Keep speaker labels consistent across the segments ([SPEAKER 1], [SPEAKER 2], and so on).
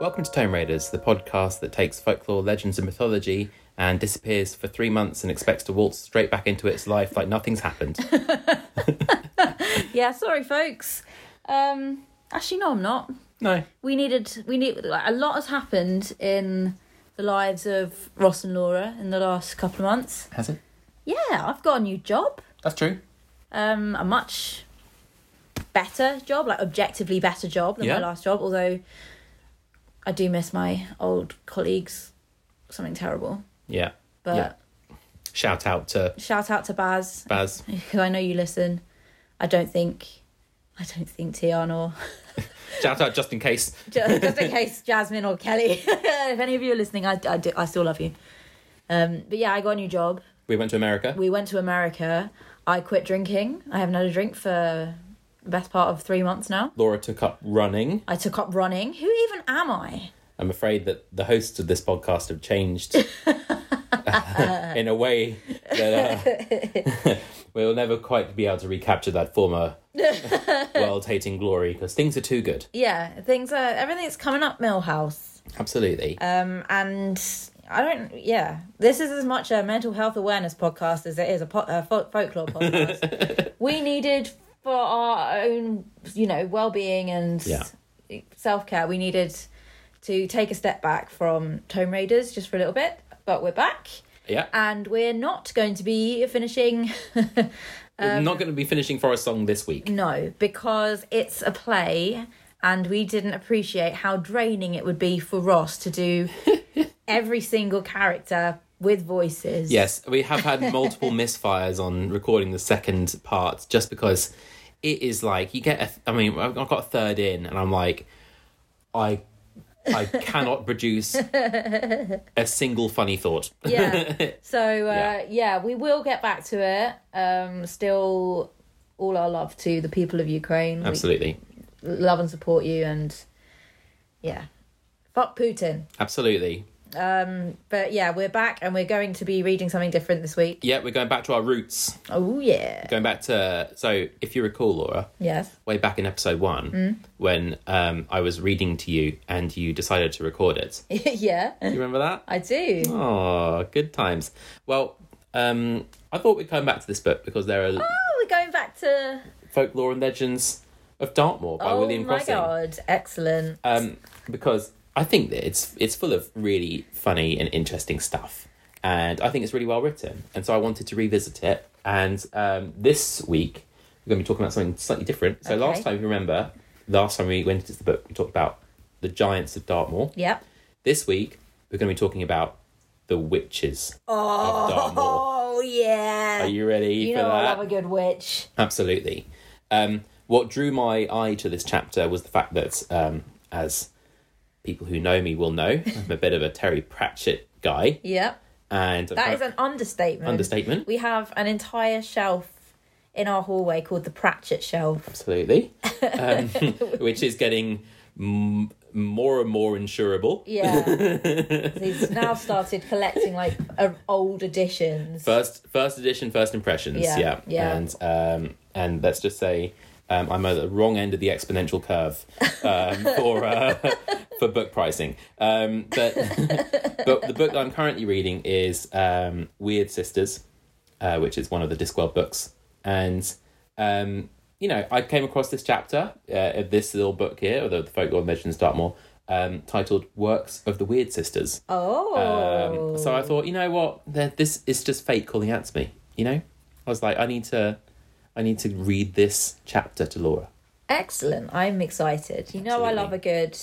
[SPEAKER 1] Welcome to Tome Raiders, the podcast that takes folklore, legends, and mythology and disappears for three months and expects to waltz straight back into its life like nothing's happened.
[SPEAKER 2] Yeah, sorry, folks. Um, actually, no, I'm not.
[SPEAKER 1] no.
[SPEAKER 2] We needed, we need, like, a lot has happened in the lives of Ross and Laura in the last couple of months.
[SPEAKER 1] Has it?
[SPEAKER 2] Yeah, I've got a new job,
[SPEAKER 1] That's true.
[SPEAKER 2] um, a much better job, like objectively better job than
[SPEAKER 1] Yeah.
[SPEAKER 2] my last job. Although I do miss my old colleagues, something terrible.
[SPEAKER 1] Yeah.
[SPEAKER 2] But
[SPEAKER 1] Yeah. Shout out to
[SPEAKER 2] shout out to Baz
[SPEAKER 1] Baz.
[SPEAKER 2] who I know you listen. I don't think, I don't think Tian or
[SPEAKER 1] Shout out just in case.
[SPEAKER 2] just, just in case Jasmine or Kelly, if any of you are listening, I, I, do, I still love you. Um, but yeah, I got a new job.
[SPEAKER 1] We went to America.
[SPEAKER 2] We went to America. I quit drinking. I haven't had a drink for the best part of three months now.
[SPEAKER 1] Laura took up running.
[SPEAKER 2] I took up running. Who even am I?
[SPEAKER 1] I'm afraid that the hosts of this podcast have changed uh, in a way that uh, we'll never quite be able to recapture that former world hating glory because things are too good.
[SPEAKER 2] Yeah, things are everything's coming up Millhouse.
[SPEAKER 1] Absolutely.
[SPEAKER 2] Um, and I don't. Yeah, this is as much a mental health awareness podcast as it is a, po- a fol- folklore podcast. we needed for our own, you know, well-being and
[SPEAKER 1] Yeah.
[SPEAKER 2] self-care. We needed to take a step back from Tome Raiders just for a little bit, but we're back.
[SPEAKER 1] yeah.
[SPEAKER 2] And we're not going to be finishing
[SPEAKER 1] We're not going to be finishing Forest Song this week.
[SPEAKER 2] No, because it's a play and we didn't appreciate how draining it would be for Ross to do every single character with voices.
[SPEAKER 1] Yes, we have had multiple misfires on recording the second part just because it is like you get a I mean I've I've got a third in and I'm like I I cannot produce a single funny thought.
[SPEAKER 2] Yeah. So, uh,
[SPEAKER 1] Yeah.
[SPEAKER 2] yeah. we will get back to it. Um, still, all our love to the people of Ukraine.
[SPEAKER 1] Absolutely.
[SPEAKER 2] We love and support you and yeah. Fuck Putin.
[SPEAKER 1] Absolutely.
[SPEAKER 2] But yeah, we're back and we're going to be reading something different this week.
[SPEAKER 1] Yeah, we're going back to our roots.
[SPEAKER 2] Oh, yeah.
[SPEAKER 1] Going back to so if you recall Laura,
[SPEAKER 2] Yes.
[SPEAKER 1] way back in episode 1 when um I was reading to you and you decided to record it. You
[SPEAKER 2] yeah,
[SPEAKER 1] remember that?
[SPEAKER 2] I do.
[SPEAKER 1] Oh, good times. Well, um, I thought we'd come back to this book because there are
[SPEAKER 2] Oh, we're going back to
[SPEAKER 1] folklore and legends of Dartmoor by
[SPEAKER 2] oh
[SPEAKER 1] William
[SPEAKER 2] my
[SPEAKER 1] Crossing.
[SPEAKER 2] god, excellent.
[SPEAKER 1] Um, because I think that it's it's full of really funny and interesting stuff, and I think it's really well written. And so I wanted to revisit it. And um, this week we're going to be talking about something slightly different. So last
[SPEAKER 2] Okay.
[SPEAKER 1] time, if you remember, last time we went into the book, we talked about the giants of Dartmoor.
[SPEAKER 2] Yep.
[SPEAKER 1] This week we're going to be talking about the witches of Dartmoor.
[SPEAKER 2] Oh yeah.
[SPEAKER 1] Are you ready
[SPEAKER 2] You
[SPEAKER 1] for
[SPEAKER 2] know I
[SPEAKER 1] that?
[SPEAKER 2] love a good witch.
[SPEAKER 1] Absolutely. Um, what drew my eye to this chapter was the fact that, um, as people who know me will know, I'm a bit of a Terry Pratchett guy,
[SPEAKER 2] Yep.
[SPEAKER 1] and
[SPEAKER 2] That is an understatement.
[SPEAKER 1] understatement.
[SPEAKER 2] We have an entire shelf in our hallway called the Pratchett shelf.
[SPEAKER 1] Absolutely, um, which is getting m- more and more insurable.
[SPEAKER 2] Yeah. He's now started collecting like uh, old editions.
[SPEAKER 1] First, first edition, first impressions. Yeah,
[SPEAKER 2] Yeah, yeah.
[SPEAKER 1] and um, and let's just say. Um, I'm at the wrong end of the exponential curve um, for uh, for book pricing, um, but but the book that I'm currently reading is um, Weird Sisters, uh, which is one of the Discworld books, and um, you know I came across this chapter uh, of this little book here, although the folklore and legends start more, um, titled "Works of the Weird Sisters,"
[SPEAKER 2] oh.
[SPEAKER 1] Um, so I thought, you know what? Th- This is just fate calling out to me. You know, I was like, I need to, I need to read this chapter to Laura.
[SPEAKER 2] Excellent. I'm excited. You know I
[SPEAKER 1] Absolutely.
[SPEAKER 2] love a good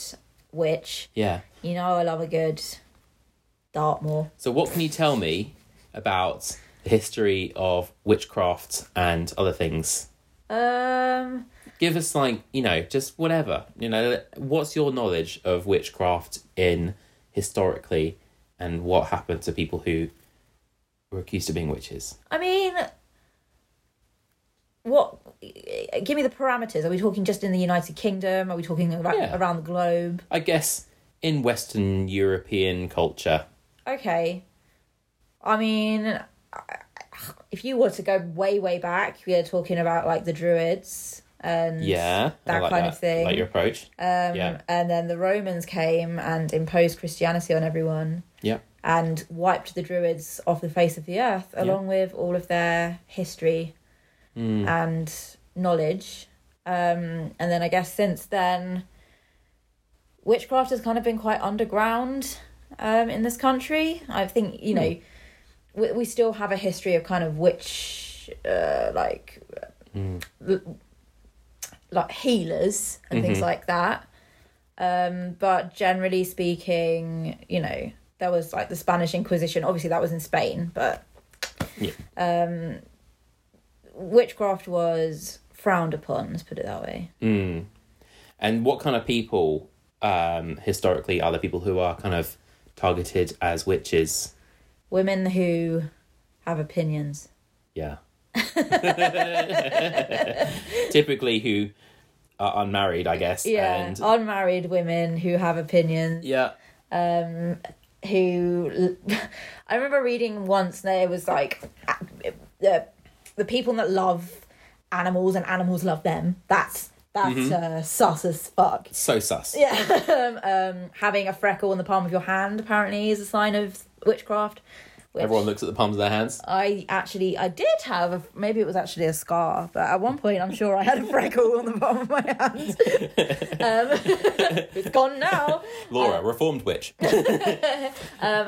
[SPEAKER 2] witch.
[SPEAKER 1] Yeah.
[SPEAKER 2] You know I love a good Dartmoor.
[SPEAKER 1] So what can you tell me about the history of witchcraft and other things?
[SPEAKER 2] Um
[SPEAKER 1] Give us like, you know, just whatever. You know, what's your knowledge of witchcraft in historically, and what happened to people who were accused of being witches?
[SPEAKER 2] I mean, what? Give me the parameters. Are we talking just in the United Kingdom? Are we talking about
[SPEAKER 1] Yeah.
[SPEAKER 2] around the globe?
[SPEAKER 1] I guess in Western European culture.
[SPEAKER 2] Okay. I mean, if you were to go way, way back, we are talking about like the Druids. and
[SPEAKER 1] Yeah, I
[SPEAKER 2] that
[SPEAKER 1] like
[SPEAKER 2] kind of thing.
[SPEAKER 1] Like your approach.
[SPEAKER 2] um,
[SPEAKER 1] yeah.
[SPEAKER 2] and then the Romans came and imposed Christianity on everyone
[SPEAKER 1] Yeah,
[SPEAKER 2] and wiped the Druids off the face of the earth, along with all of their history and knowledge. Um, and then I guess since then, witchcraft has kind of been quite underground um, in this country. I think, you know, we, we still have a history of kind of witch, uh, like, l- like healers and things like that. Um, but generally speaking, you know, there was like the Spanish Inquisition. Obviously, that was in Spain, but
[SPEAKER 1] Yeah.
[SPEAKER 2] um, witchcraft was frowned upon. Let's put it that way.
[SPEAKER 1] and what kind of people um, historically are the people who are kind of targeted as witches?
[SPEAKER 2] Women who have opinions.
[SPEAKER 1] Yeah, typically who are unmarried, I guess.
[SPEAKER 2] Yeah, Oh.
[SPEAKER 1] and
[SPEAKER 2] unmarried women who have opinions.
[SPEAKER 1] yeah,
[SPEAKER 2] um, who I remember reading once that it was like the the people that love animals and animals love them. That's that's
[SPEAKER 1] Mm-hmm.
[SPEAKER 2] uh, sus as fuck.
[SPEAKER 1] so sus.
[SPEAKER 2] Yeah, um, having a freckle on the palm of your hand apparently is a sign of witchcraft. Which
[SPEAKER 1] Everyone looks at the palms of their hands.
[SPEAKER 2] I actually I did have a, maybe it was actually a scar, but at one point I'm sure I had a freckle on the palm of my hand. um, it's gone now.
[SPEAKER 1] Laura, reformed witch.
[SPEAKER 2] um,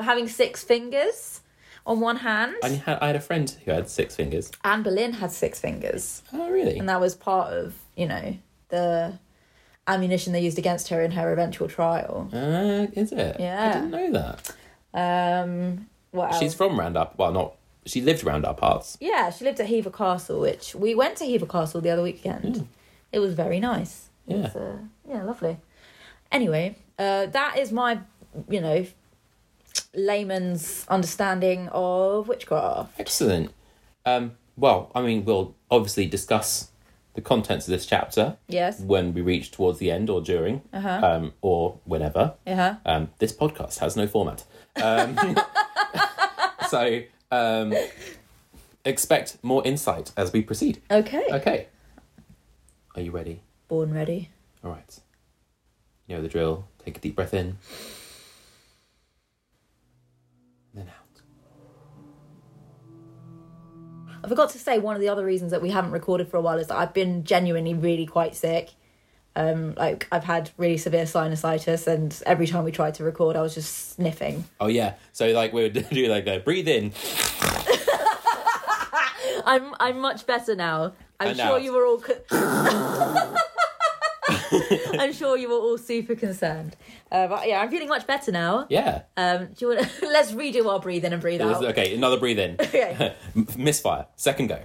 [SPEAKER 2] having six fingers on one hand.
[SPEAKER 1] I had, I had a friend who had six fingers.
[SPEAKER 2] Anne Boleyn had six fingers,
[SPEAKER 1] Oh, really?
[SPEAKER 2] and that was part of you know the ammunition they used against her in her eventual trial.
[SPEAKER 1] Uh, is it? I
[SPEAKER 2] Yeah.
[SPEAKER 1] didn't know that.
[SPEAKER 2] Um, what else?
[SPEAKER 1] She's from round up. Well, not. She lived round our parts.
[SPEAKER 2] yeah, she lived at Hever Castle, which we went to Hever Castle the other weekend. It was very nice. It
[SPEAKER 1] Yeah.
[SPEAKER 2] was, uh, yeah, lovely. Anyway, uh, that is my you know layman's understanding of witchcraft.
[SPEAKER 1] Excellent. Um, well, I mean, we'll obviously discuss the contents of this chapter
[SPEAKER 2] Yes.
[SPEAKER 1] when we reach towards the end or during um, or whenever.
[SPEAKER 2] Yeah.
[SPEAKER 1] Um, this podcast has no format. Um, so um, expect more insight as we proceed.
[SPEAKER 2] Okay.
[SPEAKER 1] Okay. Are you ready?
[SPEAKER 2] Born ready.
[SPEAKER 1] All right. You know the drill. Take a deep breath in. Then out.
[SPEAKER 2] I forgot to say one of the other reasons that we haven't recorded for a while is that I've been genuinely really quite sick. Um, like I've had really severe sinusitis, and every time we tried to record, I was just sniffing.
[SPEAKER 1] Oh yeah. So like we would do like a breathe in.
[SPEAKER 2] I'm I'm much better now. I'm
[SPEAKER 1] And
[SPEAKER 2] sure
[SPEAKER 1] out.
[SPEAKER 2] you were all. Co- I'm sure you were all super concerned. Uh, but yeah, I'm feeling much better now.
[SPEAKER 1] Yeah.
[SPEAKER 2] Um, do you want? to Let's redo our breathe in and breathe
[SPEAKER 1] It was-
[SPEAKER 2] out.
[SPEAKER 1] okay, another breathe in.
[SPEAKER 2] Okay.
[SPEAKER 1] M- Misfire. Second go.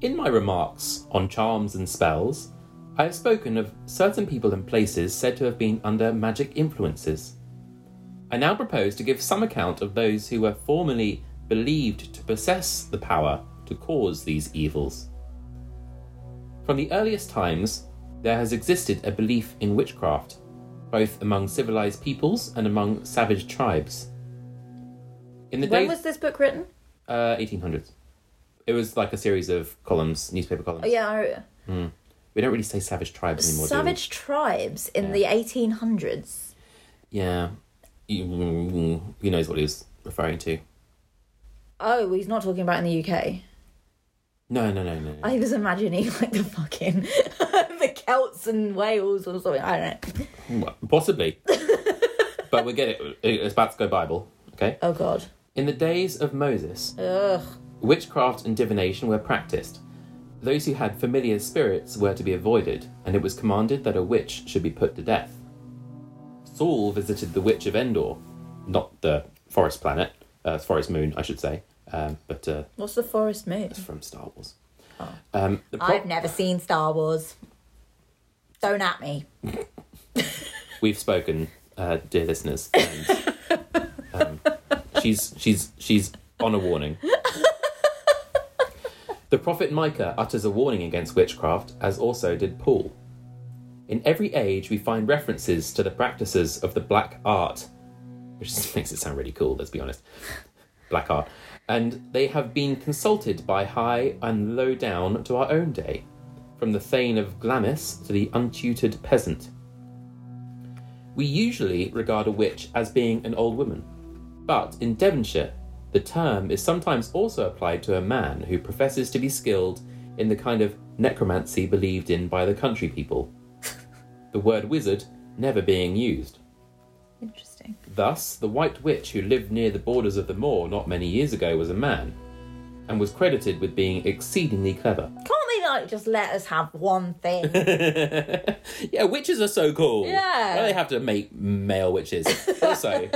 [SPEAKER 1] In my remarks on charms and spells, I have spoken of certain people and places said to have been under magic influences. I now propose to give some account of those who were formerly believed to possess the power to cause these evils. From the earliest times, there has existed a belief in witchcraft, both among civilized peoples and among savage tribes. In the
[SPEAKER 2] when
[SPEAKER 1] days,
[SPEAKER 2] was this book written?
[SPEAKER 1] uh, 1800s, it was like a series of columns, newspaper columns.
[SPEAKER 2] Oh yeah,
[SPEAKER 1] We don't really say savage tribes
[SPEAKER 2] I,
[SPEAKER 1] anymore. do we?
[SPEAKER 2] savage tribes in the 1800s.
[SPEAKER 1] Yeah. You- He knows what he was referring to.
[SPEAKER 2] Oh, he's not talking about in the UK.
[SPEAKER 1] No, no, no, no. no.
[SPEAKER 2] I was imagining like the fucking the Celts and Wales or something. I don't know.
[SPEAKER 1] Well, possibly. but we get it. It's about to go Bible. Okay.
[SPEAKER 2] Oh god.
[SPEAKER 1] In the days of Moses,
[SPEAKER 2] Ugh.
[SPEAKER 1] witchcraft and divination were practiced. Those who had familiar spirits were to be avoided, and it was commanded that a witch should be put to death. Saul visited the witch of Endor, not the forest planet, uh, forest moon, I should say, um, but uh,
[SPEAKER 2] What's the forest moon?
[SPEAKER 1] from Star Wars. Um, the pro-
[SPEAKER 2] I've never seen Star Wars. Don't at me.
[SPEAKER 1] we've spoken, uh, dear listeners. And, um, she's she's she's on a warning. The prophet Micah utters a warning against witchcraft, as also did Paul. In every age, we find references to the practices of the black art, which just makes it sound really cool, let's be honest. Black art. And they have been consulted by high and low down to our own day, from the Thane of Glamis to the untutored peasant. We usually regard a witch as being an old woman, but in Devonshire, the term is sometimes also applied to a man who professes to be skilled in the kind of necromancy believed in by the country people, the word wizard never being used.
[SPEAKER 2] Interesting.
[SPEAKER 1] Thus, the White Witch who lived near the borders of the moor not many years ago was a man, and was credited with being exceedingly clever.
[SPEAKER 2] Can't they like just let us have one thing?
[SPEAKER 1] yeah, witches are so cool.
[SPEAKER 2] Yeah.
[SPEAKER 1] Why do they have to make male witches? Also,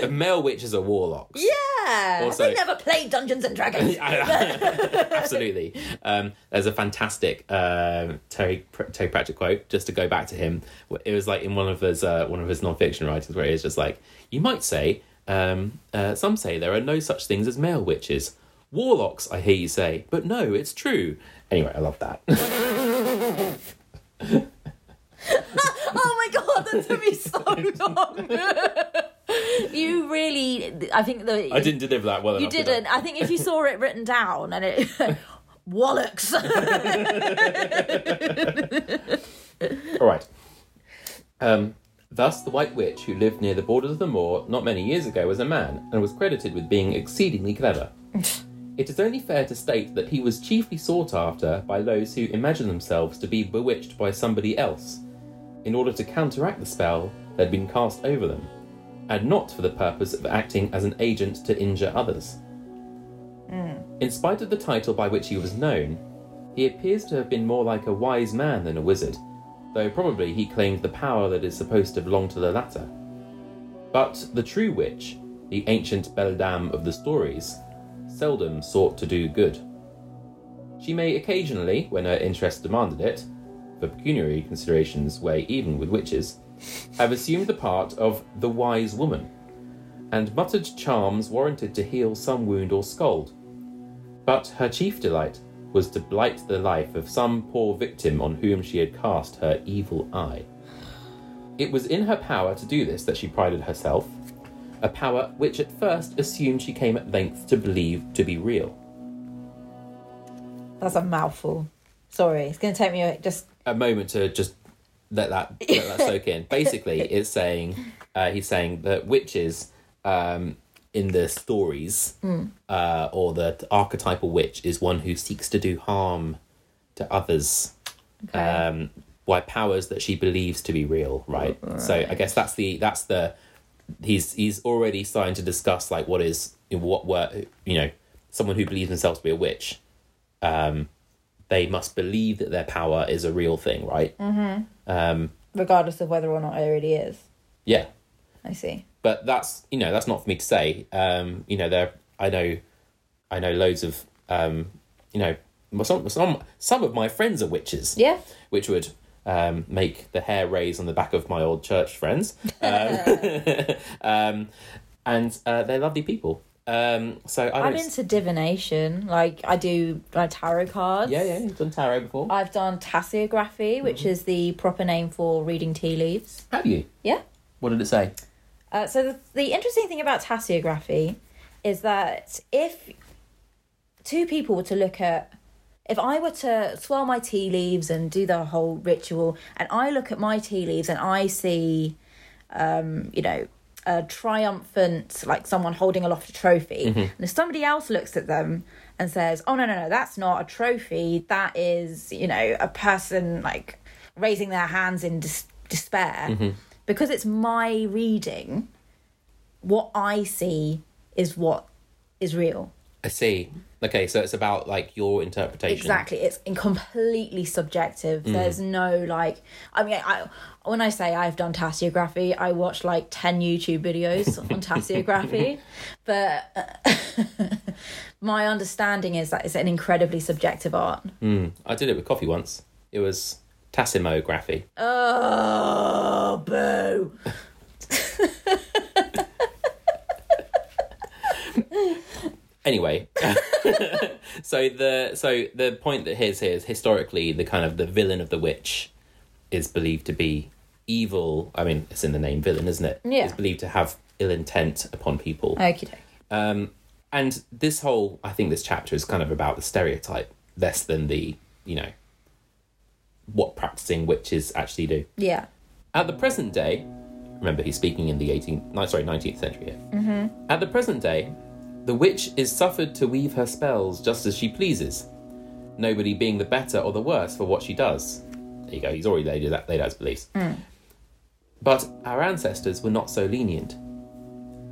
[SPEAKER 1] the male witches are warlocks.
[SPEAKER 2] yeah.
[SPEAKER 1] Also-
[SPEAKER 2] they never played Dungeons and Dragons.
[SPEAKER 1] Absolutely. Um, there's a fantastic um, Terry, Terry Pratchett quote. Just to go back to him, it was like in one of his uh, one of his non-fiction writings where he's just like, "You might say, um, uh, some say there are no such things as male witches, warlocks. I hear you say, but no, it's true." Anyway, I love that.
[SPEAKER 2] oh my god, that took me so long. you really, I think the
[SPEAKER 1] I didn't deliver that well
[SPEAKER 2] you
[SPEAKER 1] enough. did I?
[SPEAKER 2] didn't. I think if you saw it written down and it wallocks.
[SPEAKER 1] All right. Um, thus, the White Witch, who lived near the borders of the moor not many years ago, was a man and was credited with being exceedingly clever. it is only fair to state that he was chiefly sought after by those who imagine themselves to be bewitched by somebody else, in order to counteract the spell that had been cast over them, and not for the purpose of acting as an agent to injure others. In spite of the title by which he was known, he appears to have been more like a wise man than a wizard, though probably he claimed the power that is supposed to belong to the latter. But the true witch, the ancient beldam of the stories, seldom sought to do good. She may occasionally, when her interest demanded it, for pecuniary considerations weigh even with witches, have assumed the part of the wise woman, and muttered charms warranted to heal some wound or scold. But her chief delight was to blight the life of some poor victim on whom she had cast her evil eye. It was in her power to do this that she prided herself, a power which at first assumed she came at length to believe to be real.
[SPEAKER 2] That's a mouthful. Sorry, it's going to take me a- just.
[SPEAKER 1] a moment to just let that let that soak in. Basically, it's saying uh, he's saying that witches um, in the stories uh, or the archetypal witch is one who seeks to do harm to others
[SPEAKER 2] Okay.
[SPEAKER 1] um, by powers that she believes to be real. Right. So I guess that's the that's the he's he's already starting to discuss like what is what were you know someone who believes themselves to be a witch um, they must believe that their power is a real thing, right?
[SPEAKER 2] regardless of whether or not it really is.
[SPEAKER 1] Yeah,
[SPEAKER 2] I see.
[SPEAKER 1] but that's you know that's not for me to say. Um, you know, there I know, I know loads of um, you know some some some of my friends are witches.
[SPEAKER 2] Yeah.
[SPEAKER 1] which would um, make the hair raise on the back of my old church friends. Um, um, and uh, they're lovely people. Um, so I
[SPEAKER 2] I'm
[SPEAKER 1] don't.
[SPEAKER 2] into divination. Like I do like tarot cards.
[SPEAKER 1] yeah, Mm-hmm. yeah, you've done tarot before.
[SPEAKER 2] I've done tasiography, which is the proper name for reading tea leaves.
[SPEAKER 1] Have you?
[SPEAKER 2] Yeah.
[SPEAKER 1] What did it say?
[SPEAKER 2] Uh, so the, the interesting thing about tasiography is that if two people were to look at if I were to swirl my tea leaves and do the whole ritual, and I look at my tea leaves and I see, um, you know, a triumphant, like someone holding aloft a trophy, and if somebody else looks at them and says, oh, no, no, no, that's not a trophy, that is, you know, a person like raising their hands in dis- despair, because it's my reading, what I see is what is real.
[SPEAKER 1] I see. Okay, so it's about like your interpretation.
[SPEAKER 2] Exactly, it's in- completely subjective. There's no like, I mean, I when I say I've done tasiography, I watched like ten YouTube videos on tasiography, but uh, my understanding is that it's an incredibly subjective art.
[SPEAKER 1] I did it with coffee once. It was tassimography.
[SPEAKER 2] Oh, boo!
[SPEAKER 1] Anyway, uh, so the so the point that here's here is historically the kind of the villain of the witch is believed to be evil. I mean, it's in the name villain, isn't it?
[SPEAKER 2] Yeah.
[SPEAKER 1] It's believed to have ill intent upon people.
[SPEAKER 2] Okie dokie.
[SPEAKER 1] And this whole, I think this chapter is kind of about the stereotype less than the, you know, what practicing witches actually do.
[SPEAKER 2] Yeah.
[SPEAKER 1] At the present day, remember he's speaking in the 18th, no, sorry, 19th century here.
[SPEAKER 2] Mm-hmm.
[SPEAKER 1] At the present day, the witch is suffered to weave her spells just as she pleases, nobody being the better or the worse for what she does. There you go, he's already laid out, laid out his beliefs.
[SPEAKER 2] Mm.
[SPEAKER 1] But our ancestors were not so lenient.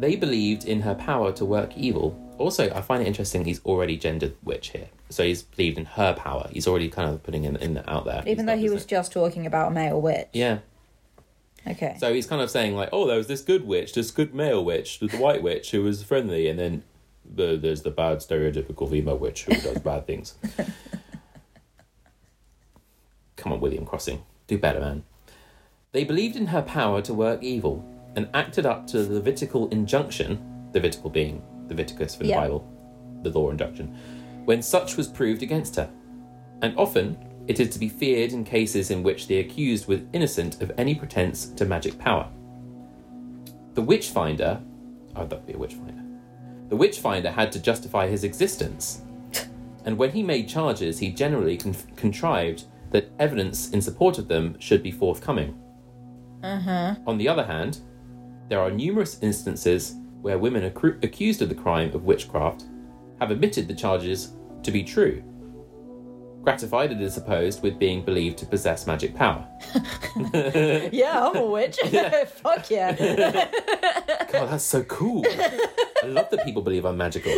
[SPEAKER 1] They believed in her power to work evil. Also, I find it interesting he's already gendered witch here. So he's believed in her power. He's already kind of putting in, in out there. He's
[SPEAKER 2] Even though
[SPEAKER 1] not
[SPEAKER 2] he
[SPEAKER 1] just
[SPEAKER 2] was just talking about a male witch.
[SPEAKER 1] saying- Yeah.
[SPEAKER 2] Okay.
[SPEAKER 1] So he's kind of saying like, oh, there was this good witch, this good male witch, the white witch who was friendly, and then the, there's the bad stereotypical female witch who does bad things. Come on, William Crossing, do better, man. They believed in her power to work evil and acted up to the Levitical injunction, Levitical being Leviticus from the
[SPEAKER 2] Yeah.
[SPEAKER 1] Bible, the law injunction, when such was proved against her. And often, it is to be feared in cases in which the accused was innocent of any pretense to magic power. The witch finder, oh, that'd be a witch finder. The witch finder had to justify his existence, and when he made charges, he generally con- contrived that evidence in support of them should be forthcoming. On the other hand, there are numerous instances where women accru- accused of the crime of witchcraft have admitted the charges to be true, gratified, it is supposed, with being believed to possess magic power.
[SPEAKER 2] yeah, I'm a witch. Fuck yeah.
[SPEAKER 1] God, Oh, that's so cool. I love that people believe I'm magical.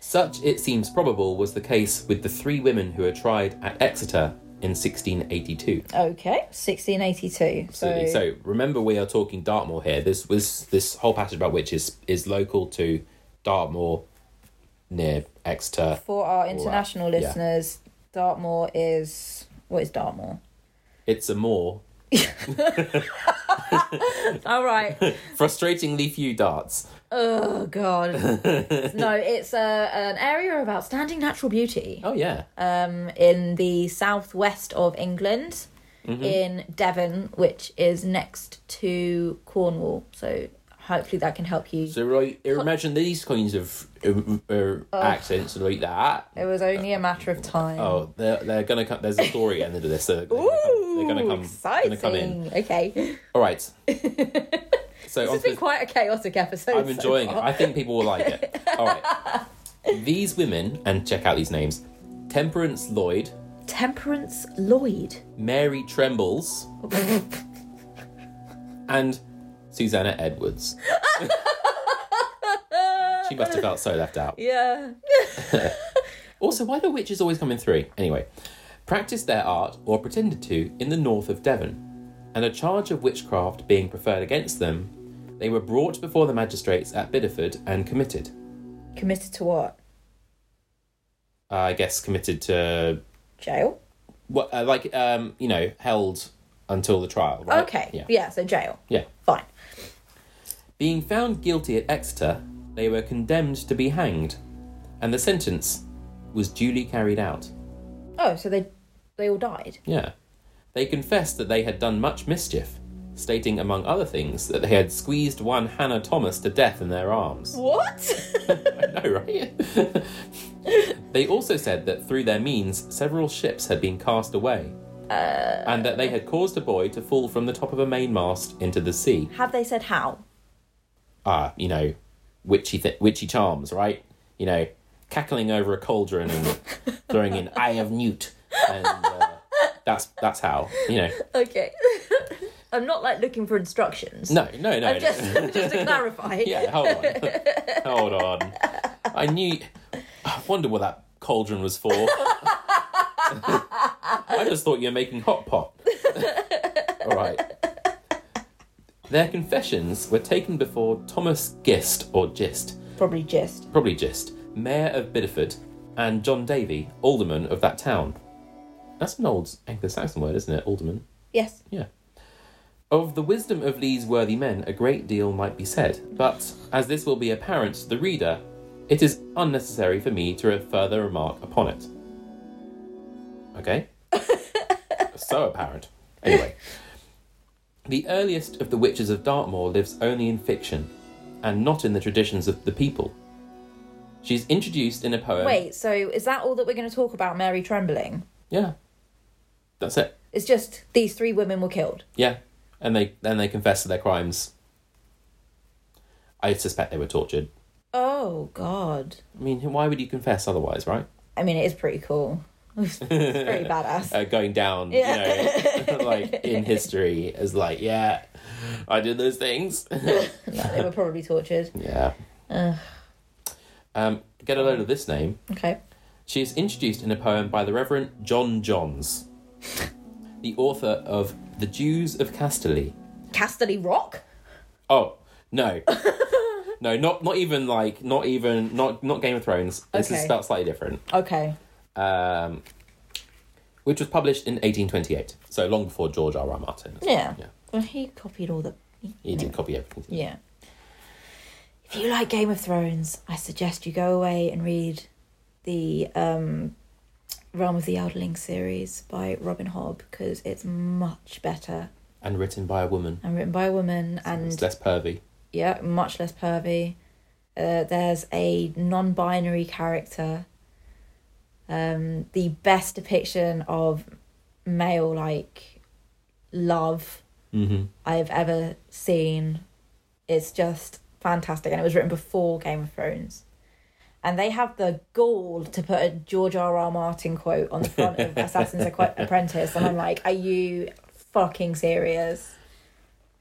[SPEAKER 1] Such, it seems probable, was the case with the three women who were tried at Exeter in 1682.
[SPEAKER 2] Okay. 1682. So,
[SPEAKER 1] Absolutely. So remember, we are talking Dartmoor here. This was this whole passage about which is is local to Dartmoor, near Exeter.
[SPEAKER 2] for our
[SPEAKER 1] that.
[SPEAKER 2] international
[SPEAKER 1] Yeah.
[SPEAKER 2] listeners, Dartmoor is. What is Dartmoor?
[SPEAKER 1] It's a moor.
[SPEAKER 2] All right.
[SPEAKER 1] Frustratingly few darts.
[SPEAKER 2] Oh God! no, it's uh, an area of outstanding natural beauty
[SPEAKER 1] Oh yeah.
[SPEAKER 2] um, in the southwest of England,
[SPEAKER 1] Mm-hmm.
[SPEAKER 2] in Devon, which is next to Cornwall. So hopefully that can help you.
[SPEAKER 1] So like, imagine these kinds of uh, uh, accents like that.
[SPEAKER 2] It was only a matter of time.
[SPEAKER 1] Oh, they're, they're gonna come. There's a story at the end of this. So they're, gonna come- they're gonna
[SPEAKER 2] Ooh,
[SPEAKER 1] come.
[SPEAKER 2] exciting.
[SPEAKER 1] Gonna come in.
[SPEAKER 2] Okay, this
[SPEAKER 1] All right. so on
[SPEAKER 2] has been quite a chaotic episode.
[SPEAKER 1] I'm enjoying it. I think people will like it. All right. These women, and check out these names: Temperance Lloyd,
[SPEAKER 2] Temperance Lloyd.
[SPEAKER 1] Mary Trembles, and Susanna Edwards. she must have felt so left out.
[SPEAKER 2] Yeah.
[SPEAKER 1] Also, why do witches always come in three? Anyway, practised their art, or pretended to, in the north of Devon, and a charge of witchcraft being preferred against them, they were brought before the magistrates at Bideford and committed.
[SPEAKER 2] Committed to what?
[SPEAKER 1] Uh, I guess committed to,
[SPEAKER 2] Jail.
[SPEAKER 1] what, uh, like, um, you know, held until the trial. Right?
[SPEAKER 2] Okay.
[SPEAKER 1] Yeah.
[SPEAKER 2] Oh, yeah. So jail.
[SPEAKER 1] yeah.
[SPEAKER 2] Fine.
[SPEAKER 1] Being found guilty at Exeter, they were condemned to be hanged, and the sentence was duly carried out.
[SPEAKER 2] Oh, so they they all died.
[SPEAKER 1] Yeah. They confessed that they had done much mischief, stating, among other things, that they had squeezed one Hannah Thomas to death in their arms.
[SPEAKER 2] What?
[SPEAKER 1] I know, right? they also said that through their means, several ships had been cast away, and that they had caused a boy to fall from the top of a mainmast into the sea.
[SPEAKER 2] Have they said how?
[SPEAKER 1] Ah, you know, witchy, th- witchy charms, right? You know, cackling over a cauldron and throwing in "Eye of Newt," and uh, that's that's how you know.
[SPEAKER 2] Okay. I'm not like looking for instructions.
[SPEAKER 1] No, no, no.
[SPEAKER 2] I'm
[SPEAKER 1] no.
[SPEAKER 2] just just to clarify.
[SPEAKER 1] Yeah, hold on. hold on. I knew. I wonder what that cauldron was for. I just thought you were making hot pot. All right. Their confessions were taken before Thomas Gist, or Gist,
[SPEAKER 2] Probably just.
[SPEAKER 1] probably Gist, Mayor of Bideford, and John Davy, Alderman of that town. That's an old Anglo Saxon word, isn't it? Alderman.
[SPEAKER 2] Yes.
[SPEAKER 1] Yeah. Of the wisdom of these worthy men, a great deal might be said, but as this will be apparent to the reader, it is unnecessary for me to further remark upon it. Okay? so apparent. Anyway. The earliest of the witches of Dartmoor lives only in fiction, and not in the traditions of the people. She's introduced in a poem.
[SPEAKER 2] Wait, so is that all that we're going to talk about Mary Trembling?
[SPEAKER 1] Yeah. That's it.
[SPEAKER 2] It's just these three women were killed.
[SPEAKER 1] Yeah. And they then they confess to their crimes. I suspect they were tortured.
[SPEAKER 2] Oh, God.
[SPEAKER 1] I mean, why would you confess otherwise, right?
[SPEAKER 2] I mean, it is pretty cool. it's pretty badass.
[SPEAKER 1] Uh, going down, you know, like in history as like, yeah, I did those things.
[SPEAKER 2] No, they were probably tortured.
[SPEAKER 1] yeah. Um, get a load of this name.
[SPEAKER 2] Okay.
[SPEAKER 1] She is introduced in a poem by the Reverend John Johns, the author of The Jews of Casterly.
[SPEAKER 2] Casterly Rock?
[SPEAKER 1] Oh, no. no, not not even like not even not not Game of Thrones. This is
[SPEAKER 2] Okay.
[SPEAKER 1] spelled slightly different.
[SPEAKER 2] Okay.
[SPEAKER 1] Um which was published in 1828, so long before George R. R. Martin.
[SPEAKER 2] Yeah.
[SPEAKER 1] Yeah.
[SPEAKER 2] Well, he copied all the.
[SPEAKER 1] He did copy everything.
[SPEAKER 2] Yeah. If you like Game of Thrones, I suggest you go away and read the um, Realm of the Elderling series by Robin Hobb because it's much better
[SPEAKER 1] And written by a woman.
[SPEAKER 2] and written by a woman and
[SPEAKER 1] It's less pervy.
[SPEAKER 2] yeah, much less pervy. Uh, there's a non-binary character. Um, the best depiction of male like love
[SPEAKER 1] Mm-hmm.
[SPEAKER 2] I've ever seen. It's just fantastic, and it was written before Game of Thrones. And they have the gall to put a George R. R. Martin quote on the front of Assassin's Acqu- Apprentice, and I'm like, are you fucking serious?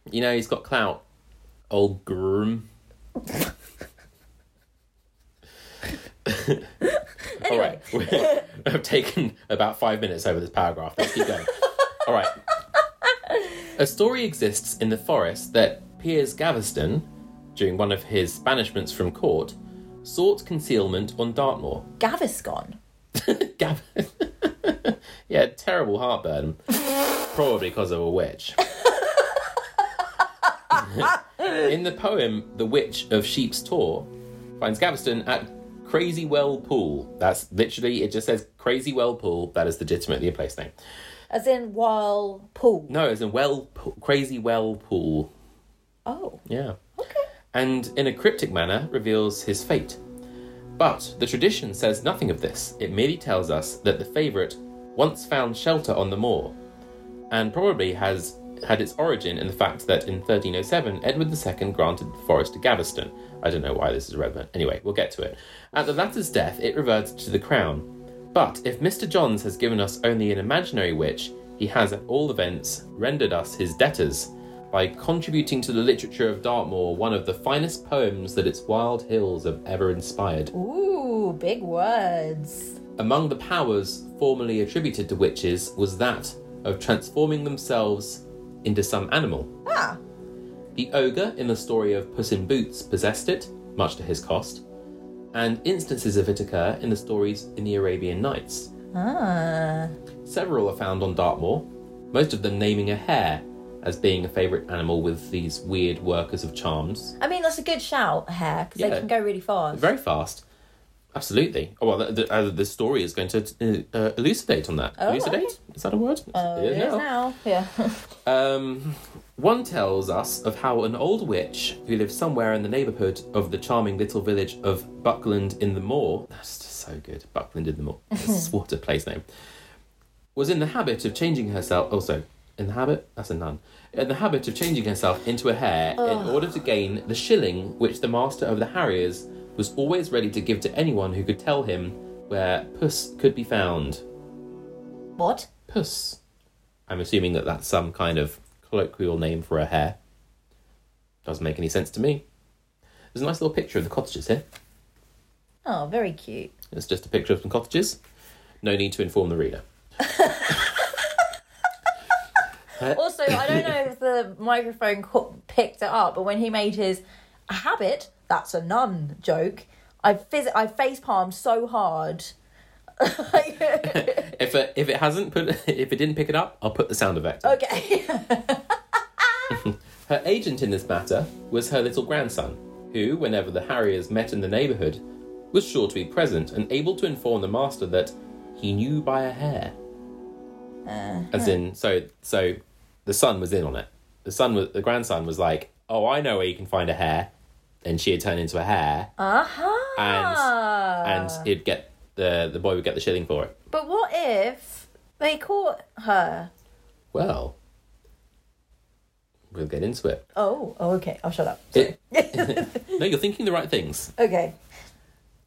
[SPEAKER 1] You know, he's got clout. Old groom.
[SPEAKER 2] Anyway.
[SPEAKER 1] All right. I've taken about five minutes over this paragraph. Let's keep going. All right. A story exists in the forest that Piers Gaveston, during one of his banishments from court, sought concealment on Dartmoor.
[SPEAKER 2] Gaviscon.
[SPEAKER 1] Gav- yeah, terrible heartburn. Probably because of a witch. In the poem The Witch of Sheep's Tor finds Gaveston at Crazy Well Pool. That's literally, it just says Crazy Well Pool. That is legitimately a place name.
[SPEAKER 2] As in while Paul.
[SPEAKER 1] No, it's in Well Pool, Crazy Well Pool.
[SPEAKER 2] Oh,
[SPEAKER 1] Yeah.
[SPEAKER 2] okay.
[SPEAKER 1] and in a cryptic manner reveals his fate. But the tradition says nothing of this. It merely tells us that the favourite once found shelter on the moor, and probably has had its origin in the fact that in 1307 Edward II granted the forest to Gaveston. I don't know why this is relevant. Anyway, we'll get to it. At the latter's death, it reverts to the crown. But if Mr. Johns has given us only an imaginary witch, he has at all events rendered us his debtors by contributing to the literature of Dartmoor one of the finest poems that its wild hills have ever inspired.
[SPEAKER 2] Ooh, big words.
[SPEAKER 1] Among the powers formerly attributed to witches was that of transforming themselves into some animal.
[SPEAKER 2] Ah,
[SPEAKER 1] The ogre in the story of Puss in Boots possessed it, much to his cost, and instances of it occur in the stories in the Arabian Nights.
[SPEAKER 2] ah.
[SPEAKER 1] Several are found on Dartmoor, most of them naming a hare as being a favourite animal with these weird workers of charms.
[SPEAKER 2] I mean, that's a good shout, hair, because
[SPEAKER 1] Yeah.
[SPEAKER 2] they can go really fast.
[SPEAKER 1] Very fast. Absolutely. Oh, well, the, the, uh, the story is going to uh, uh, elucidate on that.
[SPEAKER 2] Oh,
[SPEAKER 1] elucidate?
[SPEAKER 2] okay.
[SPEAKER 1] Is that a word?
[SPEAKER 2] Oh, it is now. Yeah.
[SPEAKER 1] Um, one tells us of how an old witch who lived somewhere in the neighbourhood of the charming little village of Buckland in the Moor. That's just so good. Buckland in the Moor. It's what a place name. Was in the habit of changing herself. Also, in the habit? That's a nun. In the habit of changing herself into a hare in order to gain the shilling which the master of the Harriers was always ready to give to anyone who could tell him where puss could be found.
[SPEAKER 2] what?
[SPEAKER 1] Puss. I'm assuming that that's some kind of colloquial name for a hare. Doesn't make any sense to me. There's a nice little picture of the cottages here.
[SPEAKER 2] Oh, very cute.
[SPEAKER 1] It's just a picture of some cottages. No need to inform the reader. Uh,
[SPEAKER 2] Also, I don't know if the microphone co- picked it up, but when he made his habit, that's a nun joke, I phys- I face palmed so hard. okay.
[SPEAKER 1] If it, if it hasn't put if it didn't pick it up, I'll put the sound effect. on. Her agent in this matter was her little grandson, who, whenever the harriers met in the neighbourhood, was sure to be present and able to inform the master that he knew by a hair. As in, so so, the son was in on it. the son was the grandson was like, "Oh, I know where you can find a hare," and she had turned into a hare,
[SPEAKER 2] Uh-huh. Aha.
[SPEAKER 1] and he'd get the the boy would get the shilling for it.
[SPEAKER 2] but what if they caught her?
[SPEAKER 1] Well, we'll get into it.
[SPEAKER 2] Oh, oh okay. I'll shut up.
[SPEAKER 1] it no, you're thinking the right things.
[SPEAKER 2] Okay.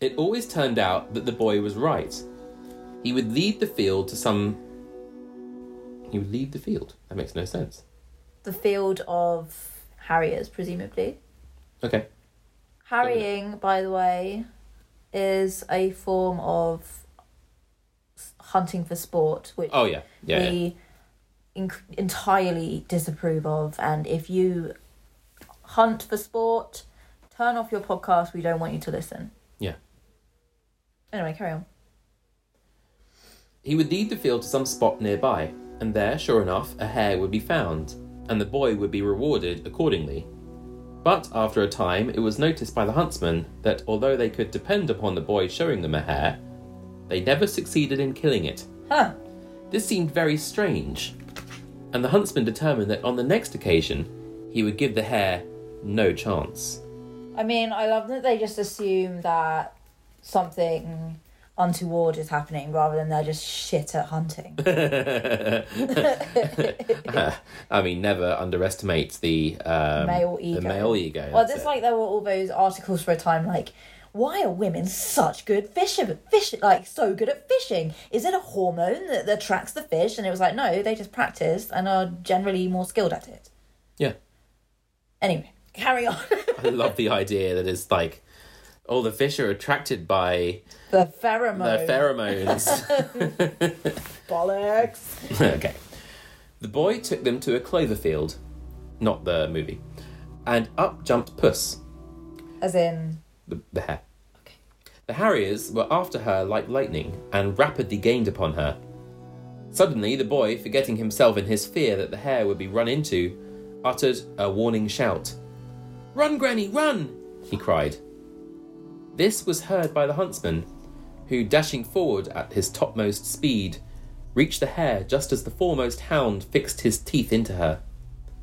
[SPEAKER 1] It always turned out that the boy was right. He would lead the field to some. He would lead the field. That makes no sense.
[SPEAKER 2] The field of harriers, presumably.
[SPEAKER 1] Okay.
[SPEAKER 2] Harrying, by the way, is a form of s- hunting for sport, which
[SPEAKER 1] Oh yeah. Yeah. yeah.
[SPEAKER 2] we inc- entirely disapprove of. And if you hunt for sport, turn off your podcast. We don't want you to listen.
[SPEAKER 1] Yeah.
[SPEAKER 2] Anyway, carry on.
[SPEAKER 1] He would lead the field to some spot nearby, and there, sure enough, a hare would be found, and the boy would be rewarded accordingly. But after a time, it was noticed by the huntsmen that although they could depend upon the boy showing them a hare, they never succeeded in killing it.
[SPEAKER 2] Huh.
[SPEAKER 1] This seemed very strange, and the huntsman determined that on the next occasion, he would give the hare no chance.
[SPEAKER 2] I mean, I love that they just assume that something untoward is happening rather than they're just shit at hunting.
[SPEAKER 1] I mean, never underestimate the um,
[SPEAKER 2] Male ego.
[SPEAKER 1] The male ego.
[SPEAKER 2] Well,
[SPEAKER 1] that's
[SPEAKER 2] just
[SPEAKER 1] it.
[SPEAKER 2] like there were all those articles for a time, like, why are women such good fisher, fish, like so good at fishing? Is it a hormone that, that attracts the fish? And it was like, no, they just practice and are generally more skilled at it.
[SPEAKER 1] yeah.
[SPEAKER 2] Anyway, carry on.
[SPEAKER 1] I love the idea that it's like, oh, the fish are attracted by
[SPEAKER 2] the pheromone.
[SPEAKER 1] their pheromones.
[SPEAKER 2] bollocks.
[SPEAKER 1] okay. The boy took them to a clover field, not the movie, and up jumped Puss,
[SPEAKER 2] As in,
[SPEAKER 1] the, the hare.
[SPEAKER 2] Okay.
[SPEAKER 1] The harriers were after her like lightning and rapidly gained upon her. Suddenly, the boy, forgetting himself in his fear that the hare would be run into, uttered a warning shout. Run, Granny, run! he cried. This was heard by the huntsman, who, dashing forward at his topmost speed, reached the hare just as the foremost hound fixed his teeth into her.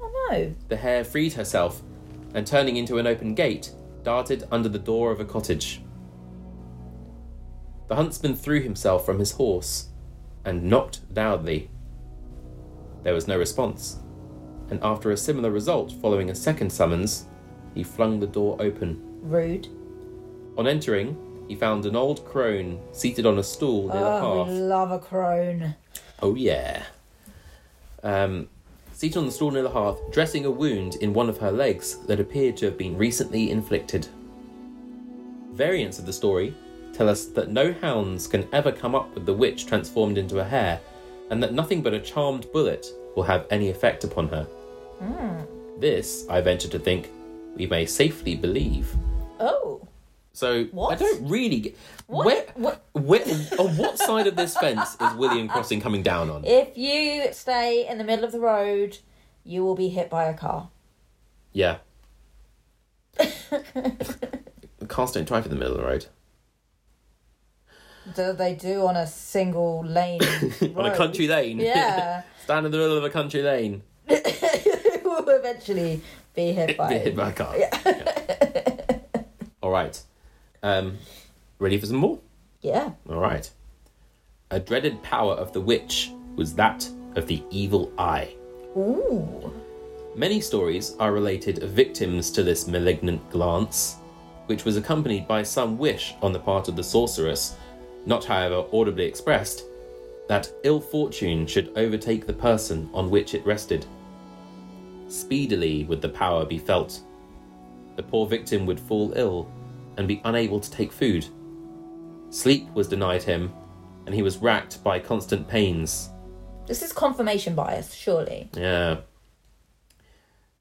[SPEAKER 2] oh no.
[SPEAKER 1] The hare freed herself, and turning into an open gate, darted under the door of a cottage. The huntsman threw himself from his horse and knocked loudly. There was no response, and after a similar result following a second summons, he flung the door open.
[SPEAKER 2] Rude.
[SPEAKER 1] On entering, he found an old crone seated on a stool near
[SPEAKER 2] Oh,
[SPEAKER 1] the
[SPEAKER 2] we
[SPEAKER 1] hearth.
[SPEAKER 2] love a crone.
[SPEAKER 1] Oh yeah. Um, seated on the stool near the hearth, dressing a wound in one of her legs that appeared to have been recently inflicted. Variants of the story tell us that no hounds can ever come up with the witch transformed into a hare, and that nothing but a charmed bullet will have any effect upon her.
[SPEAKER 2] Hmm.
[SPEAKER 1] This, I venture to think, we may safely believe.
[SPEAKER 2] Oh.
[SPEAKER 1] So I
[SPEAKER 2] What?
[SPEAKER 1] don't really get
[SPEAKER 2] What?
[SPEAKER 1] where,
[SPEAKER 2] what?
[SPEAKER 1] where on what side of this fence is William Crossing coming down on?
[SPEAKER 2] If you stay in the middle of the road, you will be hit by a car.
[SPEAKER 1] Yeah. Cars don't drive in the middle of the road.
[SPEAKER 2] Do they do on a single lane?
[SPEAKER 1] On a
[SPEAKER 2] road.
[SPEAKER 1] country lane.
[SPEAKER 2] Yeah,
[SPEAKER 1] Stand in the middle of a country lane.
[SPEAKER 2] it will eventually be hit by.
[SPEAKER 1] Get hit by a car. Yeah. All right. Um, ready for some more?
[SPEAKER 2] Yeah.
[SPEAKER 1] All right. A dreaded power of the witch was that of the evil eye.
[SPEAKER 2] Ooh.
[SPEAKER 1] Many stories are related of victims to this malignant glance, which was accompanied by some wish on the part of the sorceress, not however audibly expressed, that ill fortune should overtake the person on which it rested. Speedily would the power be felt. The poor victim would fall ill and be unable to take food. Sleep was denied him, and he was racked by constant pains.
[SPEAKER 2] This is confirmation bias, surely.
[SPEAKER 1] Yeah.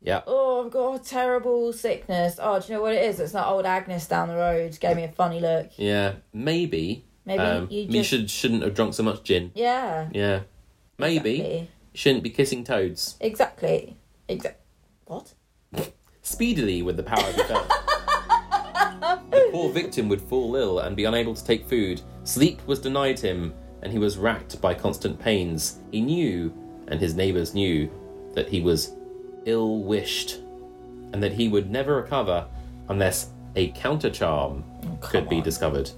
[SPEAKER 1] Yeah.
[SPEAKER 2] Oh, I've got a terrible sickness. Oh, do you know what it is? It's that old Agnes down the road gave me a funny look.
[SPEAKER 1] Yeah, maybe.
[SPEAKER 2] Maybe
[SPEAKER 1] um,
[SPEAKER 2] you
[SPEAKER 1] you,
[SPEAKER 2] just-
[SPEAKER 1] should shouldn't have drunk so much gin.
[SPEAKER 2] Yeah.
[SPEAKER 1] Yeah, maybe
[SPEAKER 2] Exactly.
[SPEAKER 1] shouldn't be kissing toads.
[SPEAKER 2] Exactly. Exact. What?
[SPEAKER 1] Speedily with the power of the felt. the poor victim would fall ill and be unable to take food. Sleep was denied him, and he was racked by constant pains. He knew, and his neighbours knew, that he was ill wished, and that he would never recover unless a counter charm could be discovered.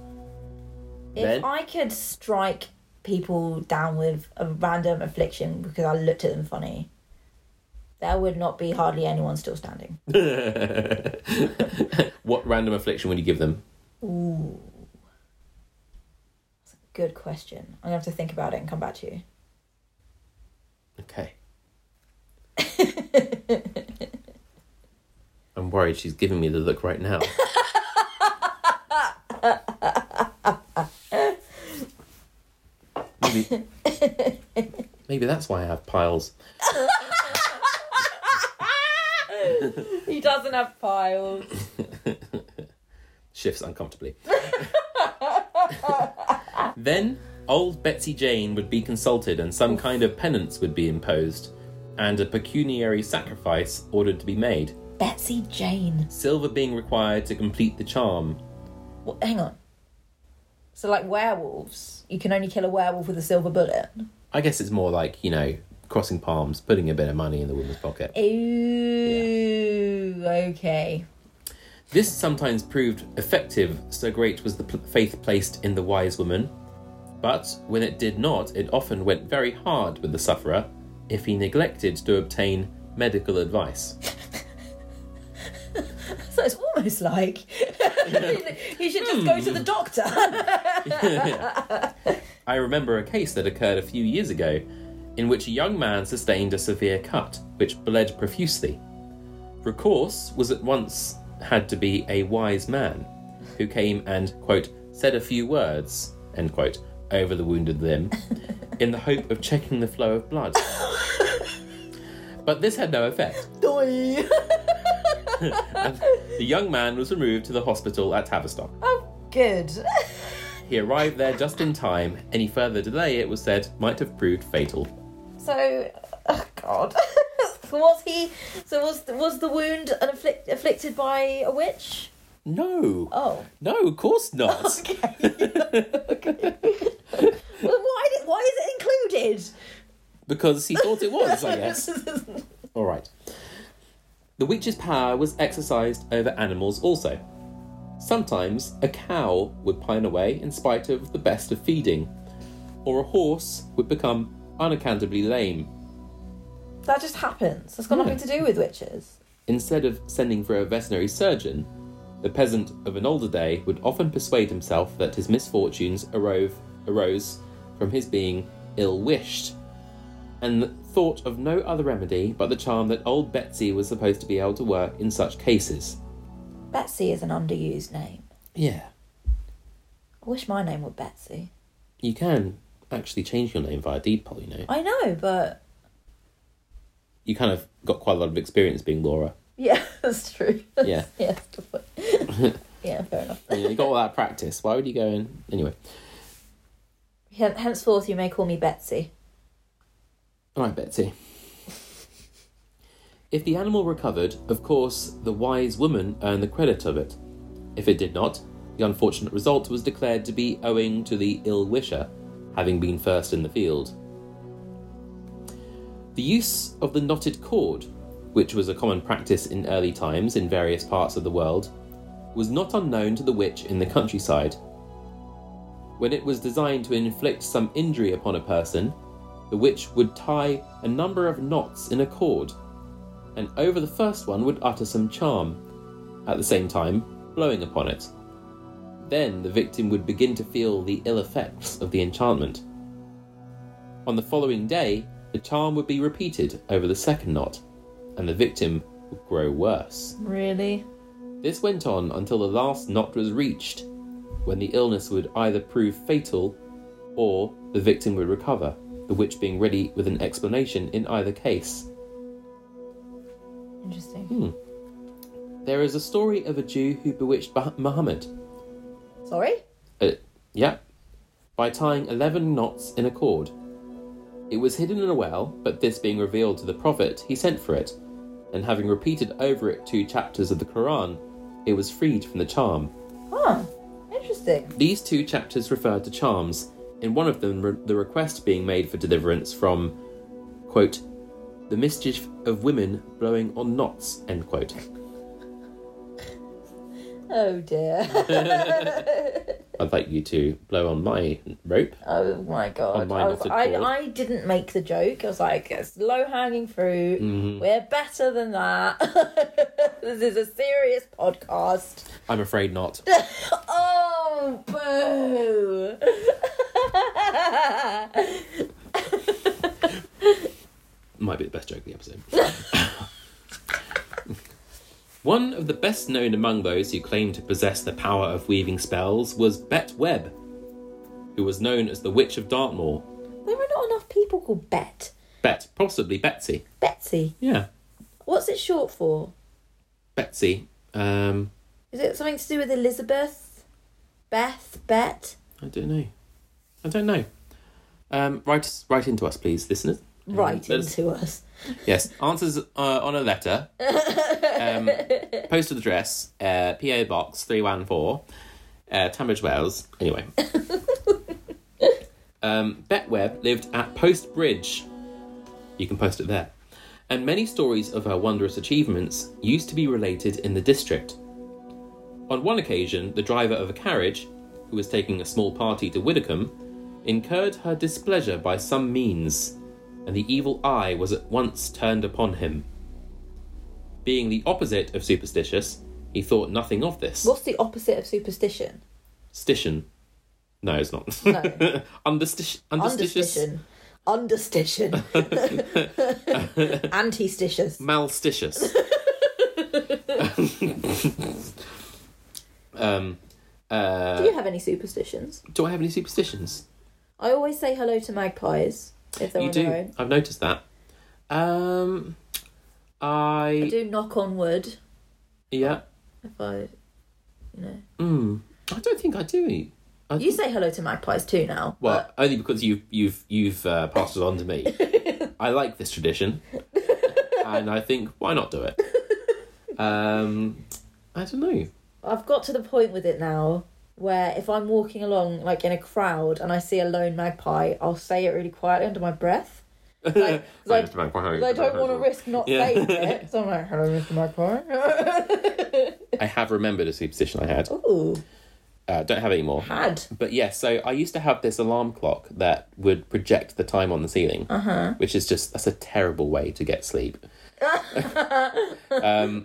[SPEAKER 2] If
[SPEAKER 1] Then-
[SPEAKER 2] I could strike people down with a random affliction because I looked at them funny, there would not be hardly anyone still standing.
[SPEAKER 1] What random affliction would you give them?
[SPEAKER 2] Good question. I'm gonna have to think about it and come back to you.
[SPEAKER 1] Okay. I'm worried she's giving me the look right now. Maybe, maybe that's why I have piles.
[SPEAKER 2] He doesn't have piles.
[SPEAKER 1] Shifts uncomfortably. then, old Betsy Jane would be consulted and some kind of penance would be imposed, and a pecuniary sacrifice ordered to be made.
[SPEAKER 2] Betsy Jane.
[SPEAKER 1] silver being required to complete the charm.
[SPEAKER 2] What, hang on. So like werewolves, you can only kill a werewolf with a silver bullet.
[SPEAKER 1] I guess it's more like, you know, crossing palms, putting a bit of money in the woman's pocket.
[SPEAKER 2] Ooh, okay.
[SPEAKER 1] This sometimes proved effective, so great was the pl- faith placed in the wise woman. But when it did not, it often went very hard with the sufferer if he neglected to obtain medical advice.
[SPEAKER 2] So it's almost like you should just go to the doctor.
[SPEAKER 1] I remember a case that occurred a few years ago in which a young man sustained a severe cut, which bled profusely. Recourse was at once had to be a wise man who came and, quote, said a few words, end quote, over the wounded limb in the hope of checking the flow of blood. but this had no effect. The young man was removed to the hospital at Tavistock.
[SPEAKER 2] oh, good.
[SPEAKER 1] He arrived there just in time. Any further delay, it was said, might have proved fatal.
[SPEAKER 2] So, oh God. so was he? So was was the wound an afflict, afflicted by a witch?
[SPEAKER 1] No!
[SPEAKER 2] Oh,
[SPEAKER 1] No, of course not.
[SPEAKER 2] okay. Well, why did, why is it included?
[SPEAKER 1] Because he thought it was, I guess. All right. The witch's power was exercised over animals also. Sometimes a cow would pine away in spite of the best of feeding, or a horse would become unaccountably lame.
[SPEAKER 2] that just happens. That's got nothing to do with witches.
[SPEAKER 1] Instead of sending for a veterinary surgeon, the peasant of an older day would often persuade himself that his misfortunes arose, arose from his being ill wished, and thought of no other remedy but the charm that old Betsy was supposed to be able to work in such cases.
[SPEAKER 2] Betsy is an underused name.
[SPEAKER 1] Yeah,
[SPEAKER 2] I wish my name were Betsy.
[SPEAKER 1] you can actually change your name via deed poll, you know.
[SPEAKER 2] I know, but
[SPEAKER 1] You kind of got quite a lot of experience being Laura.
[SPEAKER 2] yeah, that's true.
[SPEAKER 1] Yeah.
[SPEAKER 2] yeah, that's the point. yeah, fair enough.
[SPEAKER 1] You, know, you got all that practice. Why would you go in? Anyway.
[SPEAKER 2] Hen- Henceforth, you may call me Betsy.
[SPEAKER 1] All right, Betsy. If the animal recovered, of course, the wise woman earned the credit of it. If it did not, the unfortunate result was declared to be owing to the ill wisher, having been first in the field. The use of the knotted cord, which was a common practice in early times in various parts of the world, was not unknown to the witch in the countryside. When it was designed to inflict some injury upon a person, the witch would tie a number of knots in a cord, and over the first one would utter some charm, at the same time blowing upon it. Then the victim would begin to feel the ill effects of the enchantment. On the following day, the charm would be repeated over the second knot, and the victim would grow worse.
[SPEAKER 2] Really?
[SPEAKER 1] This went on until the last knot was reached, when the illness would either prove fatal or the victim would recover, the witch being ready with an explanation in either case.
[SPEAKER 2] Interesting.
[SPEAKER 1] There is a story of a Jew who bewitched Bah- Muhammad.
[SPEAKER 2] Sorry?
[SPEAKER 1] Uh, yeah. By tying 11 knots in a cord. It was hidden in a well, but this being revealed to the Prophet, he sent for it, and having repeated over it two chapters of the Quran, it was freed from the charm.
[SPEAKER 2] Huh. Interesting.
[SPEAKER 1] These two chapters refer to charms, in one of them, re- the request being made for deliverance from, quote, The Mischief of Women Blowing on Knots, end quote.
[SPEAKER 2] Oh dear.
[SPEAKER 1] I'd like you to blow on my rope.
[SPEAKER 2] Oh my god.
[SPEAKER 1] my
[SPEAKER 2] I, was,
[SPEAKER 1] knotted
[SPEAKER 2] I,
[SPEAKER 1] cord.
[SPEAKER 2] I didn't make the joke. I was like, it's low hanging fruit. We're better than that. this is a serious podcast.
[SPEAKER 1] I'm afraid not.
[SPEAKER 2] Oh, boo.
[SPEAKER 1] Might be the best joke of the episode. One of the best known among those who claimed to possess the power of weaving spells was Bet Webb, who was known as the Witch of Dartmoor.
[SPEAKER 2] there are not enough people called Bet.
[SPEAKER 1] Bet, possibly Betsy.
[SPEAKER 2] Betsy.
[SPEAKER 1] Yeah,
[SPEAKER 2] What's it short for?
[SPEAKER 1] Betsy. Um,
[SPEAKER 2] Is it something to do with Elizabeth? Beth? Bet?
[SPEAKER 1] I don't know. I don't know. Um, write write into us, please, listeners.
[SPEAKER 2] Right
[SPEAKER 1] Let's-
[SPEAKER 2] into us.
[SPEAKER 1] Yes, answers uh, on a letter. Um, postal address, uh, PO Box 314, uh, Tunbridge Wells. Anyway. um, Bet Webb lived at Post Bridge. You can post it there. And many stories of her wondrous achievements used to be related in the district. On one occasion, the driver of a carriage, who was taking a small party to Widdicombe, incurred her displeasure by some means and the evil eye was at once turned upon him. Being the opposite of superstitious, he thought nothing of this.
[SPEAKER 2] What's the opposite of superstition?
[SPEAKER 1] Stition. No, it's not.
[SPEAKER 2] No.
[SPEAKER 1] Understitious. Understitious.
[SPEAKER 2] Understition. Understition. Antistitious.
[SPEAKER 1] Malstitious. um,
[SPEAKER 2] Do you have any superstitions?
[SPEAKER 1] do I have any superstitions?
[SPEAKER 2] I always say hello to magpies if they're
[SPEAKER 1] you
[SPEAKER 2] on
[SPEAKER 1] do.
[SPEAKER 2] their own.
[SPEAKER 1] I've noticed that. Um, I,
[SPEAKER 2] I do knock on wood
[SPEAKER 1] yeah.
[SPEAKER 2] if I, you know.
[SPEAKER 1] Mm, I don't think I do. I
[SPEAKER 2] You say hello to magpies too now.
[SPEAKER 1] Well, only because you've you've you've uh, passed it on to me. I like this tradition, and I think why not do it? Um, I don't know.
[SPEAKER 2] but I've got to the point with it now where if I'm walking along like in a crowd and I see a lone magpie, I'll say it really quietly under my breath. Like, 'cause I, 'cause I don't want to risk not
[SPEAKER 1] Yeah.
[SPEAKER 2] saying it. So I'm like, hello, Mr. Magpie.
[SPEAKER 1] I have remembered a superstition I had.
[SPEAKER 2] Ooh,
[SPEAKER 1] Uh, don't have any more.
[SPEAKER 2] had.
[SPEAKER 1] But yeah, so I used to have this alarm clock that would project the time on the ceiling, which is just that's a terrible way to get sleep. um,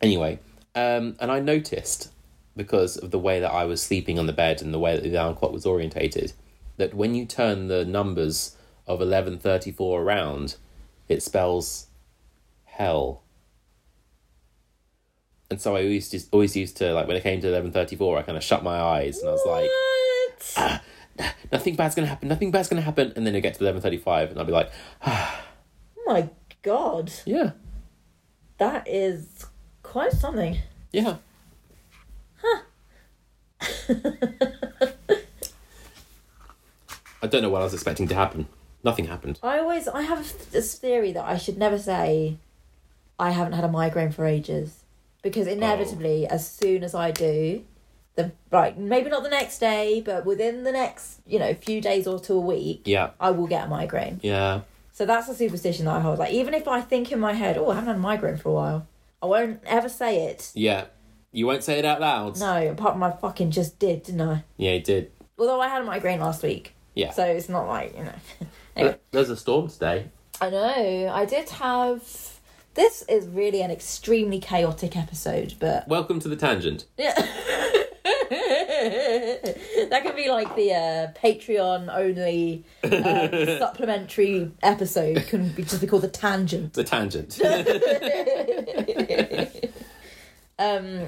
[SPEAKER 1] anyway, um, and I noticed because of the way that I was sleeping on the bed and the way that the alarm clock was orientated, that when you turn the numbers of eleven thirty four around, it spells hell. And so I used to, always used to like when it came to eleven thirty four, I kind of shut my eyes and I was like
[SPEAKER 2] What?
[SPEAKER 1] nothing bad's gonna happen, nothing bad's gonna happen, and then it gets to eleven thirty five, and I'll be like,
[SPEAKER 2] Oh my god,
[SPEAKER 1] yeah,
[SPEAKER 2] that is quite something.
[SPEAKER 1] yeah. I don't know what I was expecting to happen. Nothing happened.
[SPEAKER 2] I always I have this theory that I should never say I haven't had a migraine for ages because inevitably as soon as I do the like maybe not the next day but within the next you know few days or to a week
[SPEAKER 1] Yeah,
[SPEAKER 2] I will get a migrain.
[SPEAKER 1] yeah,
[SPEAKER 2] So that's a superstition that I hold like even if I think in my head oh I haven't had a migraine for a while I won't ever say it.
[SPEAKER 1] yeah. You won't say it out loud.
[SPEAKER 2] No, apart from I fucking just did, didn't I?
[SPEAKER 1] Yeah, you did.
[SPEAKER 2] Although I had a migraine last week.
[SPEAKER 1] Yeah.
[SPEAKER 2] So it's not like, you know.
[SPEAKER 1] There- There's a storm today.
[SPEAKER 2] I know. I did have. This is really an extremely chaotic episode, but
[SPEAKER 1] Welcome to the tangent.
[SPEAKER 2] that could be like the uh, Patreon only um, supplementary episode. Can be just be called the tangent.
[SPEAKER 1] The tangent.
[SPEAKER 2] Um,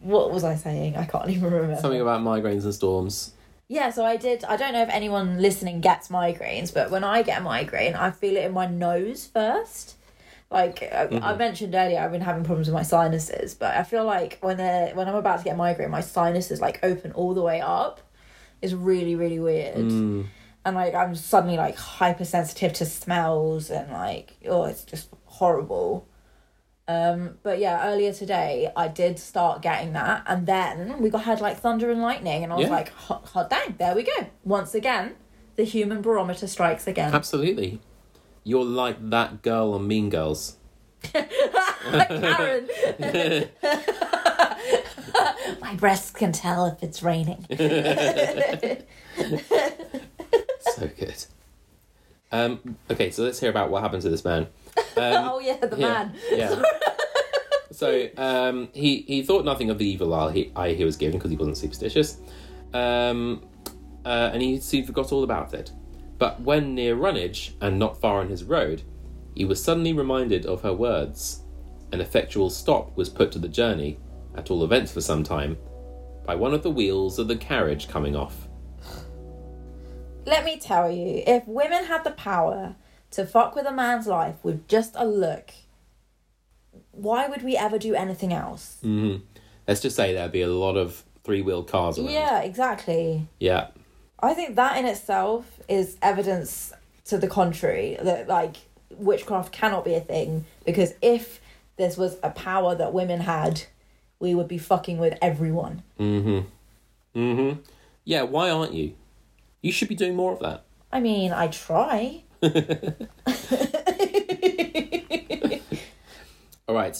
[SPEAKER 2] what was I saying? I can't even remember.
[SPEAKER 1] Something about migraines and storms.
[SPEAKER 2] Yeah, so I did. I don't know if anyone listening gets migraines, but when I get a migraine, I feel it in my nose first. Like I, I mentioned earlier, I've been having problems with my sinuses, but I feel like when they're when I'm about to get a migraine, my sinuses like open all the way up. It's really really weird, and like I'm suddenly like hypersensitive to smells and like oh, it's just horrible. Um, but yeah, earlier today I did start getting that, and then we got had like thunder and lightning, and I was
[SPEAKER 1] Yeah.
[SPEAKER 2] like, hot, hot dang, there we go. Once again, the human barometer strikes again.
[SPEAKER 1] Absolutely. You're like that girl on Mean Girls.
[SPEAKER 2] Karen. My breasts can tell if it's raining.
[SPEAKER 1] So good. Um, okay, so let's hear about what happened to this man.
[SPEAKER 2] oh yeah, the man.
[SPEAKER 1] Yeah. so um, he he thought nothing of the evil eye he, eye he was given because he wasn't superstitious, um, uh, and he soon forgot all about it. But when near Runage and not far on his road, he was suddenly reminded of her words. An effectual stop was put to the journey, at all events for some time, by one of the wheels of the carriage coming off.
[SPEAKER 2] Let me tell you, if women had the power to fuck with a man's life with just a look, why would we ever do anything else?
[SPEAKER 1] Let's just say there'd be a lot of three wheel cars around.
[SPEAKER 2] Yeah, exactly.
[SPEAKER 1] yeah.
[SPEAKER 2] I think that in itself is evidence to the contrary that like witchcraft cannot be a thing because if this was a power that women had, we would be fucking with everyone.
[SPEAKER 1] Yeah, why aren't you? You should be doing more of that.
[SPEAKER 2] I mean, I try.
[SPEAKER 1] All right.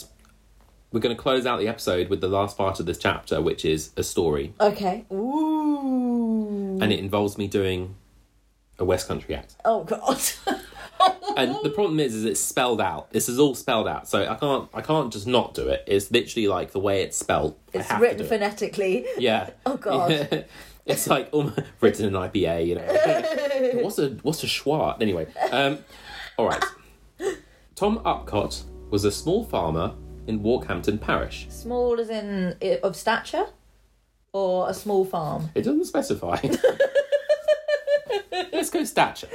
[SPEAKER 1] We're going to close out the episode with the last part of this chapter, which is a story.
[SPEAKER 2] Okay. Ooh.
[SPEAKER 1] And it involves me doing a West Country accent.
[SPEAKER 2] Oh god.
[SPEAKER 1] And the problem is, is it's spelled out. This is all spelled out, so I can't, I can't just not do it. It's literally like the way it's spelled. I
[SPEAKER 2] it's
[SPEAKER 1] have to
[SPEAKER 2] written
[SPEAKER 1] do it.
[SPEAKER 2] phonetically.
[SPEAKER 1] Yeah.
[SPEAKER 2] Oh, God.
[SPEAKER 1] it's like um, written in IPA, you know. what's a what's a schwa? Anyway, um, all right. Tom Upcott was a small farmer in Walkhampton Parish.
[SPEAKER 2] Small as in i- of stature or a small farm.
[SPEAKER 1] It doesn't specify. Let's go stature.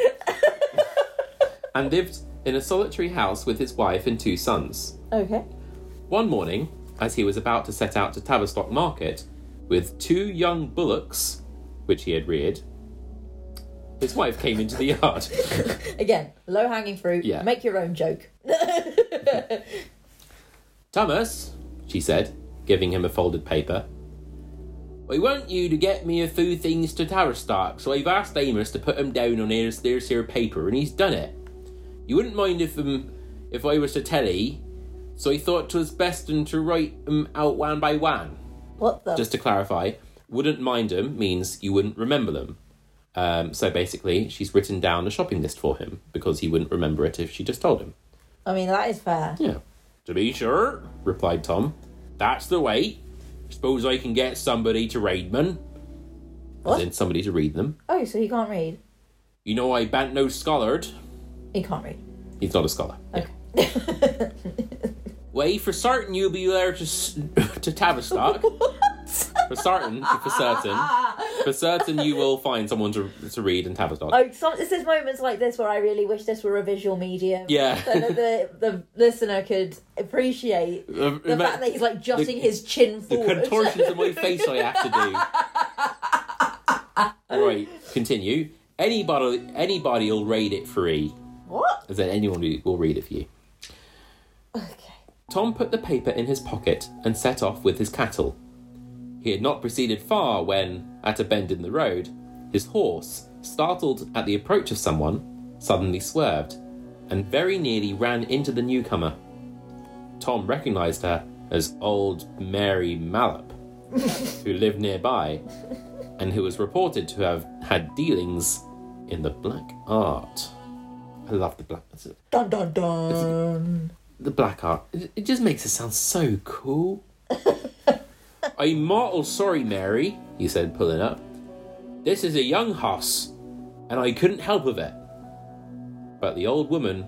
[SPEAKER 1] and lived in a solitary house with his wife and two sons.
[SPEAKER 2] Okay.
[SPEAKER 1] One morning, as he was about to set out to Tavistock Market with two young bullocks, which he had reared, his wife came into the yard.
[SPEAKER 2] Again, low hanging fruit.
[SPEAKER 1] Yeah.
[SPEAKER 2] Make your own joke.
[SPEAKER 1] Thomas, she said, giving him a folded paper. We want you to get me a few things to Tavistock, so I've asked Amos to put 'em down on his there's here paper, and he's done it. You wouldn't mind if um, if I was to tell ye, so he thought 'twas best and to write 'em out one by one.
[SPEAKER 2] What the?
[SPEAKER 1] Just to clarify, wouldn't mind 'em means you wouldn't remember them. Um, so basically, she's written down a shopping list for him because he wouldn't remember it if she just told him.
[SPEAKER 2] I mean, that is fair.
[SPEAKER 1] Yeah. To be sure, replied Tom. That's the way. Suppose I can get somebody to read them.
[SPEAKER 2] What?
[SPEAKER 1] As in somebody to read them.
[SPEAKER 2] Oh, so he can't read.
[SPEAKER 1] You know I bant no scholard.
[SPEAKER 2] He can't read.
[SPEAKER 1] He's not a scholar.
[SPEAKER 2] Okay.
[SPEAKER 1] Way for certain you'll be there to s- to Tavistock. for certain, for certain, for certain you will find someone to to read in Tavistock.
[SPEAKER 2] Oh, some, it's there's moments like this where I really wish this were a visual medium.
[SPEAKER 1] Yeah.
[SPEAKER 2] So that the, the listener could appreciate the
[SPEAKER 1] Uh, ima-
[SPEAKER 2] fact that he's like jutting
[SPEAKER 1] the-
[SPEAKER 2] his chin
[SPEAKER 1] the
[SPEAKER 2] forward.
[SPEAKER 1] contortions of my face I have to do. right, continue. Anybody, anybody will read it E. free.
[SPEAKER 2] what?
[SPEAKER 1] as in anyone who will read it for you.
[SPEAKER 2] Okay.
[SPEAKER 1] Tom put the paper in his pocket and set off with his cattle. He had not proceeded far when, at a bend in the road, his horse, startled at the approach of someone, suddenly swerved and very nearly ran into the newcomer. Tom recognised her as old Mary Mallop, who lived nearby and who was reported to have had dealings in the black art. I love the black.
[SPEAKER 2] Dun dun dun.
[SPEAKER 1] the black art. It it just makes it sound so cool. I'm mortal sorry, Mary, he said, pulling up. This is a young hoss, and I couldn't help of it. But the old woman,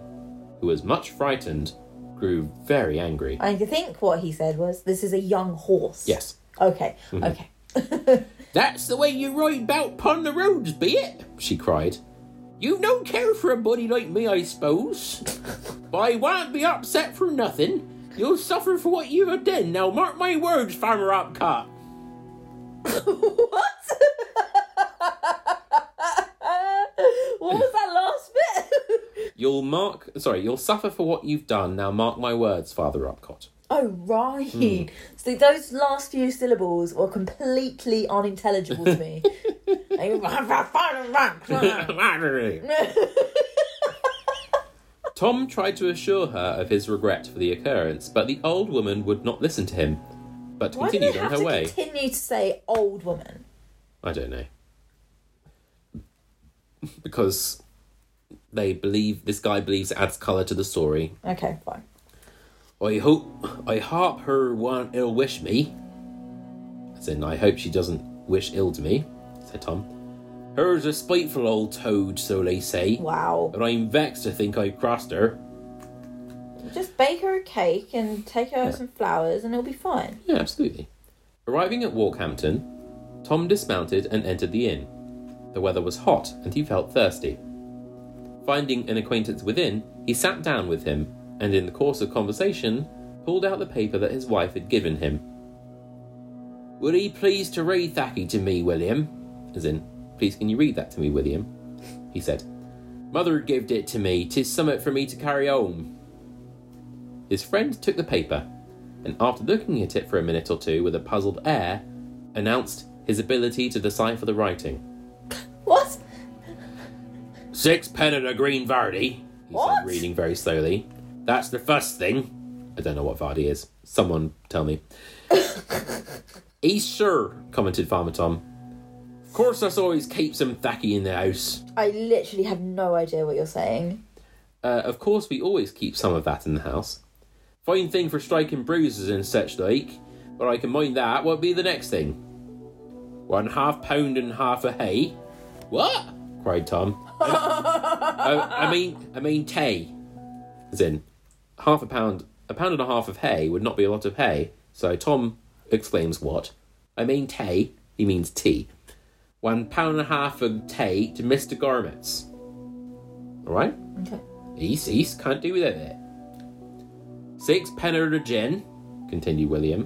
[SPEAKER 1] who was much frightened, grew very angry.
[SPEAKER 2] I think what he said was, "This is a young horse."
[SPEAKER 1] Yes.
[SPEAKER 2] Okay. Okay.
[SPEAKER 1] That's the way you ride about upon the roads, be it? she cried. You don't care for a body like me, I suppose. but I won't be upset for nothing. You'll suffer for what you've done. Now mark my words, Farmer Upcott.
[SPEAKER 2] what? what was that last bit?
[SPEAKER 1] You'll mark sorry, you'll suffer for what you've done. Now mark my words, Father Upcott.
[SPEAKER 2] oh right. So those last few syllables were completely unintelligible to me. Like,
[SPEAKER 1] Right. Tom tried to assure her of his regret for the occurrence, but the old woman would not listen to him, but
[SPEAKER 2] Why do
[SPEAKER 1] continued
[SPEAKER 2] they
[SPEAKER 1] on
[SPEAKER 2] have
[SPEAKER 1] her
[SPEAKER 2] to
[SPEAKER 1] way.
[SPEAKER 2] continue to say old woman?
[SPEAKER 1] I don't know. Because they believe this guy believes it adds colour to the story.
[SPEAKER 2] Okay, fine.
[SPEAKER 1] I hope I hope her won't ill wish me. As in, I hope she doesn't wish ill to me, said Tom. Her's a spiteful old toad, so they say.
[SPEAKER 2] Wow.
[SPEAKER 1] And I'm vexed to think I've crossed her.
[SPEAKER 2] Just bake her a cake and take her some flowers and it'll be fine.
[SPEAKER 1] Yeah, absolutely. Arriving at Walkhampton, Tom dismounted and entered the inn. The weather was hot and he felt thirsty. Finding an acquaintance within, he sat down with him and, in the course of conversation, pulled out the paper that his wife had given him. Would he please to read Thacky to me, William? As in, please can you read that to me, William? He said. Mother gived it to me. Tis summit for me to carry home. His friend took the paper and after looking at it for a minute or two with a puzzled air, announced his ability to decipher the writing.
[SPEAKER 2] What?
[SPEAKER 1] Six pen and a green Vardy, he
[SPEAKER 2] What?
[SPEAKER 1] said, reading very slowly. That's the first thing. I don't know what Vardy is. Someone tell me. He's sure, commented Farmer Tom. Of course, us always keeps him thacky in the house.
[SPEAKER 2] I literally have no idea what you're saying.
[SPEAKER 1] Uh, of course, we always keep some of that in the house. Fine thing for striking bruises and such like, but I can mind that. What be the next thing? One half pound and half a hay. What? cried Tom. I, I mean, I mean tay. As in, half a pound, a pound and a half of hay would not be a lot of hay. So Tom exclaims, "What? I mean tay." He means tea. One pound and a half of tay to Mister Garments. All right.
[SPEAKER 2] Okay.
[SPEAKER 1] He's, he's can't do without it. Six pennard of gin, continued William.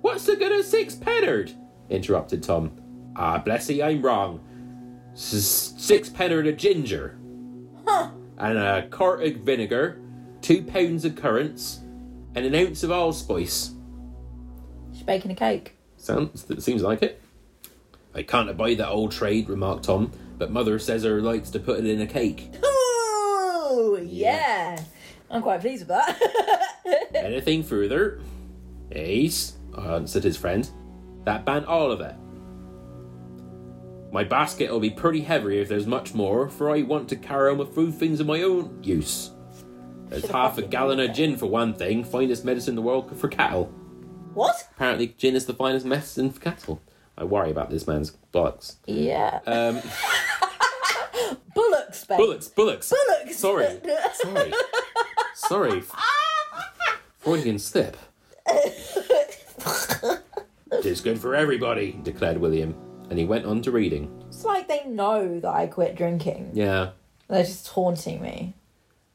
[SPEAKER 1] What's the good of six pennard? interrupted Tom. Ah, bless ye, I'm wrong. S- six pennard of ginger. And a quart of vinegar, two pounds of currants, and an ounce of allspice.
[SPEAKER 2] She's baking a cake.
[SPEAKER 1] Sounds that seems like it. I can't abide that old trade, remarked Tom, but mother says her likes to put it in a cake.
[SPEAKER 2] Ooh, yeah. I'm quite pleased with that.
[SPEAKER 1] Anything further? Ace, answered his friend. That banned all of it. My basket will be pretty heavy if there's much more, for I want to carry on with food things of my own use. There's
[SPEAKER 2] Should've
[SPEAKER 1] half a
[SPEAKER 2] fucking
[SPEAKER 1] gallon
[SPEAKER 2] known
[SPEAKER 1] of gin for one thing, finest medicine in the world for cattle.
[SPEAKER 2] what?
[SPEAKER 1] Apparently, gin is the finest medicine for cattle. I worry about this man's bollocks.
[SPEAKER 2] Yeah.
[SPEAKER 1] Um,
[SPEAKER 2] Bullock space.
[SPEAKER 1] bullocks, bullocks.
[SPEAKER 2] Bullocks.
[SPEAKER 1] Sorry, sorry, sorry. Freudian slip. Tis good for everybody, declared William, and he went on to reading.
[SPEAKER 2] It's like they know that I quit drinking.
[SPEAKER 1] Yeah.
[SPEAKER 2] They're just taunting me.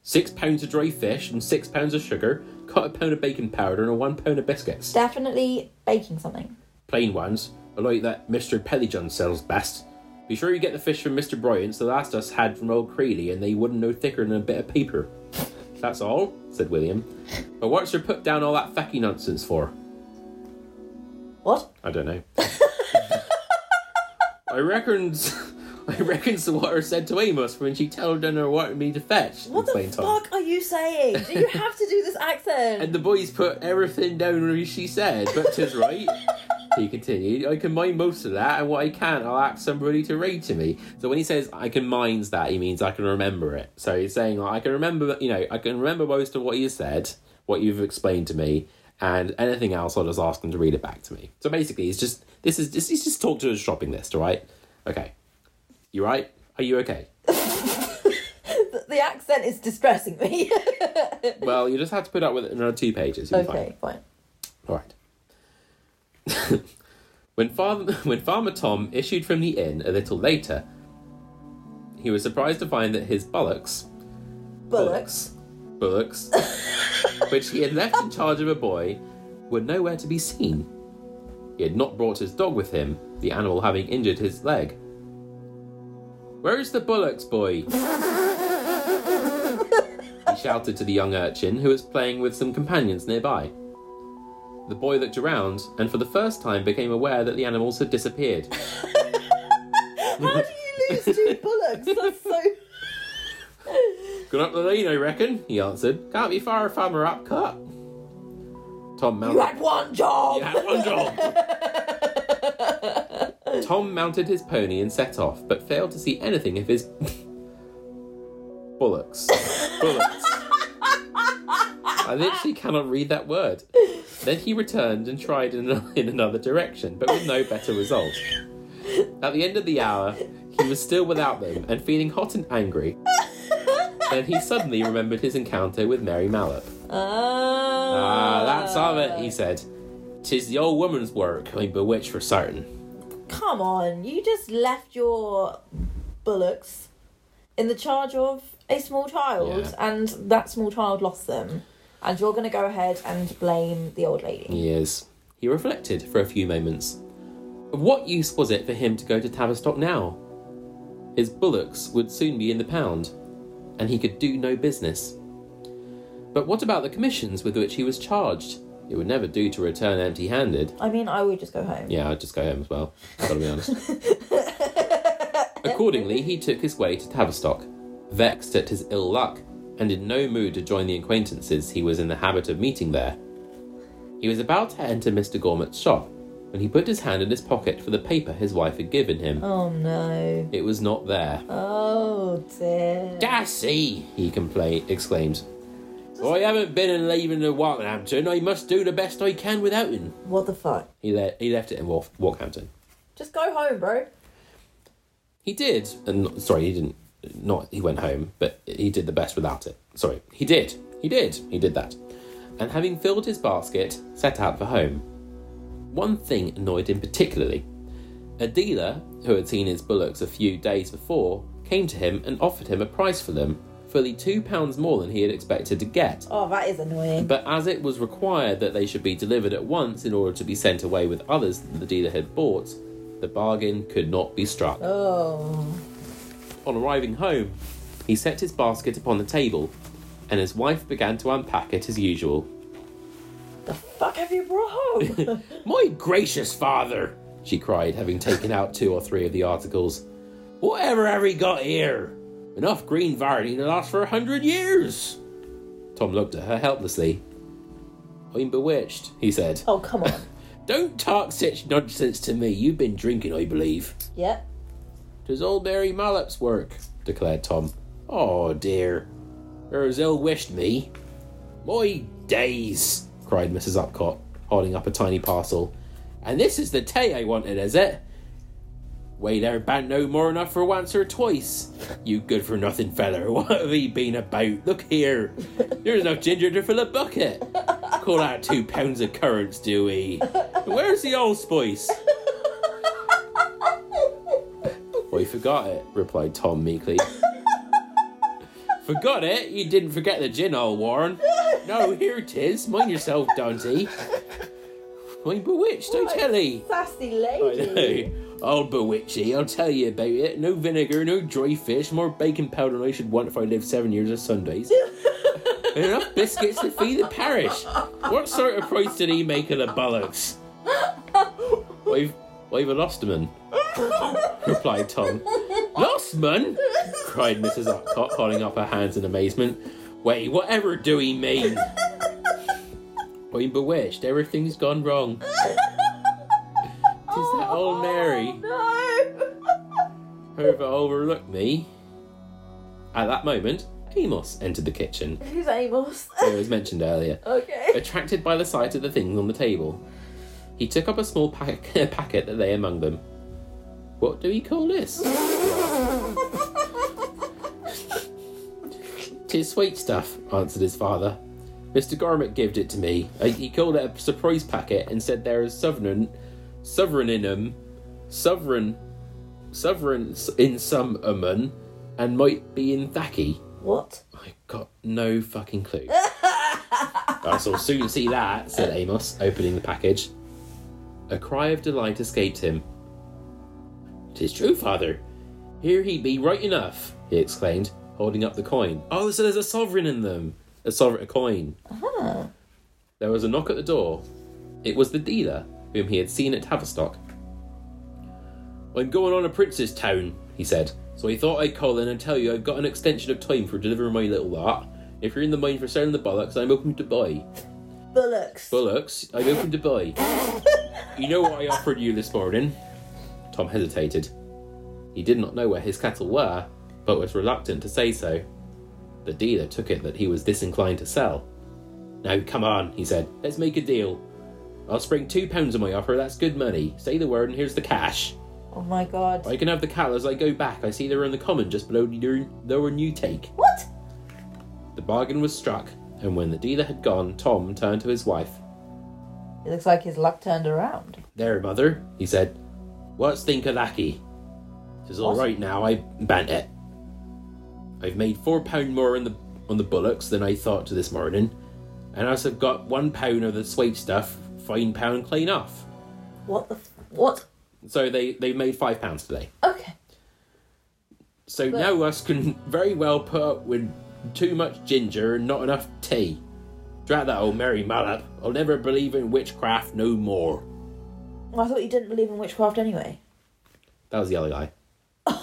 [SPEAKER 1] Six pounds of dry fish and six pounds of sugar, cut a pound of baking powder and a one pound of biscuits.
[SPEAKER 2] Definitely baking something.
[SPEAKER 1] Plain ones, I like that Mr. Pellyjohn sells best. Be sure you get the fish from Mr. Bryant's the last us had from old Creeley, and they wouldn't no thicker than a bit of paper. That's all, said William. But what's her put down all that fecky nonsense for?
[SPEAKER 2] What?
[SPEAKER 1] I don't know. I reckons I reckons the water said to Amos when she told her what me to fetch.
[SPEAKER 2] What the
[SPEAKER 1] explained Tom.
[SPEAKER 2] fuck are you saying? Do you have to do this accent?
[SPEAKER 1] And the boys put everything down as she said, but 'tis right. He continued, I can mind most of that, and what I can, I'll ask somebody to read to me. So when he says I can mind that, he means I can remember it. So he's saying like I can remember, you know, I can remember most of what you said, what you've explained to me, and anything else, I'll just ask them to read it back to me. So basically, it's just this is just he's just talked to his shopping list, all right? Okay, you right? Are you okay?
[SPEAKER 2] The- the accent is distressing me.
[SPEAKER 1] Well, you just have to put up with it another two pages. You'll be fine.
[SPEAKER 2] okay, fine.
[SPEAKER 1] All right. when Father when Farmer Tom issued from the inn a little later, he was surprised to find that his bullocks
[SPEAKER 2] Bullocks.
[SPEAKER 1] bullocks, which he had left in charge of a boy, were nowhere to be seen. He had not brought his dog with him, the animal having injured his leg. Where is the bullocks, boy? he shouted to the young urchin who was playing with some companions nearby. The boy looked around and for the first time became aware that the animals had disappeared.
[SPEAKER 2] How do you lose two bullocks? That's so.
[SPEAKER 1] Gone up the lane, I reckon, he answered. Can't be far if I'm a rap cut. Tom
[SPEAKER 2] You
[SPEAKER 1] mounted.
[SPEAKER 2] had one job.
[SPEAKER 1] You had one job! Tom mounted his pony and set off, but failed to see anything of his bullocks. Bullocks. I literally cannot read that word. Then he returned and tried in, in another direction, but with no better result. At the end of the hour, he was still without them and feeling hot and angry. Then he suddenly remembered his encounter with Mary Mallop. Ah,
[SPEAKER 2] Ah,
[SPEAKER 1] that's of it, he said. Tis the old woman's work, I bewitch for certain.
[SPEAKER 2] Come on, you just left your bullocks in the charge of a small child,
[SPEAKER 1] Yeah.
[SPEAKER 2] and that small child lost them. And you're going to go ahead and blame the old lady.
[SPEAKER 1] He is. He reflected for a few moments. Of what use was it for him to go to Tavistock now? His bullocks would soon be in the pound, and he could do no business. But what about the commissions with which he was charged? It would never do to return empty handed.
[SPEAKER 2] I mean, I would just go home.
[SPEAKER 1] Yeah, I'd just go home as well. I've got to be honest. Accordingly, he took his way to Tavistock, vexed at his ill luck, and in no mood to join the acquaintances he was in the habit of meeting there. He was about to enter Mr. Gormut's shop when he put his hand in his pocket for the paper his wife had given him.
[SPEAKER 2] Oh no.
[SPEAKER 1] It was not there.
[SPEAKER 2] Oh dear.
[SPEAKER 1] Darcy! he compla- exclaimed. I haven't been and leaving the Walkhampton. I must do the best I can without him.
[SPEAKER 2] What the fuck?
[SPEAKER 1] He, le- he left it in Walk- Walkhampton.
[SPEAKER 2] Just go home, bro.
[SPEAKER 1] He did, and not- sorry, he didn't. Not he went home, but he did the best without it. Sorry, he did, he did, he did that. And having filled his basket, set out for home. One thing annoyed him particularly. A dealer who had seen his bullocks a few days before came to him and offered him a price for them, fully two pounds more than he had expected to get.
[SPEAKER 2] Oh, that is annoying.
[SPEAKER 1] But as it was required that they should be delivered at once in order to be sent away with others that the dealer had bought, the bargain could not be struck.
[SPEAKER 2] Oh.
[SPEAKER 1] On arriving home, he set his basket upon the table, and his wife began to unpack it as usual.
[SPEAKER 2] The fuck have you brought home?
[SPEAKER 1] My gracious father, she cried, having taken out two or three of the articles. Whatever have we got here? Enough green variety to last for a hundred years. Tom looked at her helplessly. I'm bewitched, he said.
[SPEAKER 2] oh, come on.
[SPEAKER 1] Don't talk such nonsense to me. You've been drinking, I believe.
[SPEAKER 2] Yep.
[SPEAKER 1] Tis old Mary Mallop's work, declared Tom. Oh dear, her as ill wished me. My days, cried Mrs. Upcott, holding up a tiny parcel. And this is the tea I wanted, is it? Wait, there ban't no more enough for once or twice. You good for nothing feller, what have ye been about? Look here, there's enough ginger to fill a bucket. Call out two pounds of currants, do we? Where's the allspice? I forgot it, replied Tom meekly. forgot it? You didn't forget the gin, old Warren. No, here it is. Mind yourself, Dante. I'm bewitched, I tell ye.
[SPEAKER 2] Sassy
[SPEAKER 1] I
[SPEAKER 2] lady.
[SPEAKER 1] know. Old bewitchy, I'll tell you about it. No vinegar, no dry fish, more bacon powder than I should want if I lived seven years of Sundays. and enough biscuits to feed the parish. What sort of price did he make of the bullocks? I've, I've a lost man, replied Tom. Lost man? cried Mrs. Upcott, holding up her hands in amazement. Wait, whatever do he mean? I'm bewitched, everything's gone wrong. Tis that old Oh, Mary
[SPEAKER 2] Oh, No.
[SPEAKER 1] whoever overlooked me. At that moment, Amos entered the kitchen,
[SPEAKER 2] Who's Amos?
[SPEAKER 1] who was mentioned earlier,
[SPEAKER 2] okay.
[SPEAKER 1] attracted by the sight of the things on the table. He took up a small pack- packet that lay among them. What do we call this? Tis sweet stuff, answered his father. Mr. Gormit gived it to me. I, he called it a surprise packet and said there is sovereign, sovereign in 'em, sovereign, sovereign s- in some umman, and might be in thacky.
[SPEAKER 2] What?
[SPEAKER 1] I got no fucking clue. I shall soon see that, said Amos, opening the package. A cry of delight escaped him. "'Tis true, father. Here he be right enough,' he exclaimed, holding up the coin. "'Oh, so there's a sovereign in them!' A sovereign, a coin.
[SPEAKER 2] Huh.
[SPEAKER 1] There was a knock at the door. It was the dealer, whom he had seen at Tavistock. I'm going on a prince's town, he said, So I thought I'd call in and tell you I've got an extension of time for delivering my little lot. If you're in the mind for selling the bollocks, I'm open to buy.
[SPEAKER 2] Bullocks.
[SPEAKER 1] Bullocks, I'm open to buy. you know what I offered you this morning? Tom hesitated. He did not know where his cattle were, but was reluctant to say so. The dealer took it that he was disinclined to sell. Now, come on, he said, let's make a deal. I'll spring two pounds on my offer, that's good money. Say the word, and here's the cash.
[SPEAKER 2] oh my god.
[SPEAKER 1] I can have the cattle as I go back. I see they're on the common just below the lower new take.
[SPEAKER 2] What?
[SPEAKER 1] The bargain was struck, and when the dealer had gone, Tom turned to his wife.
[SPEAKER 2] It looks like his luck turned around.
[SPEAKER 1] There, mother, he said. What's Thinkalaki? Tis all
[SPEAKER 2] What?
[SPEAKER 1] right now, I bant it. I've made four pound more on the on the bullocks than I thought to this morning, and as I've got one pound of the sweet stuff, fine pound clean off.
[SPEAKER 2] What the? F- what?
[SPEAKER 1] So they, they made five pounds today.
[SPEAKER 2] Okay.
[SPEAKER 1] So
[SPEAKER 2] But-
[SPEAKER 1] now us can very well put up with too much ginger and not enough tea. Drat that old Mary Mallet. I'll never believe in witchcraft no more.
[SPEAKER 2] Well, I thought you didn't believe in witchcraft anyway.
[SPEAKER 1] That was the other guy.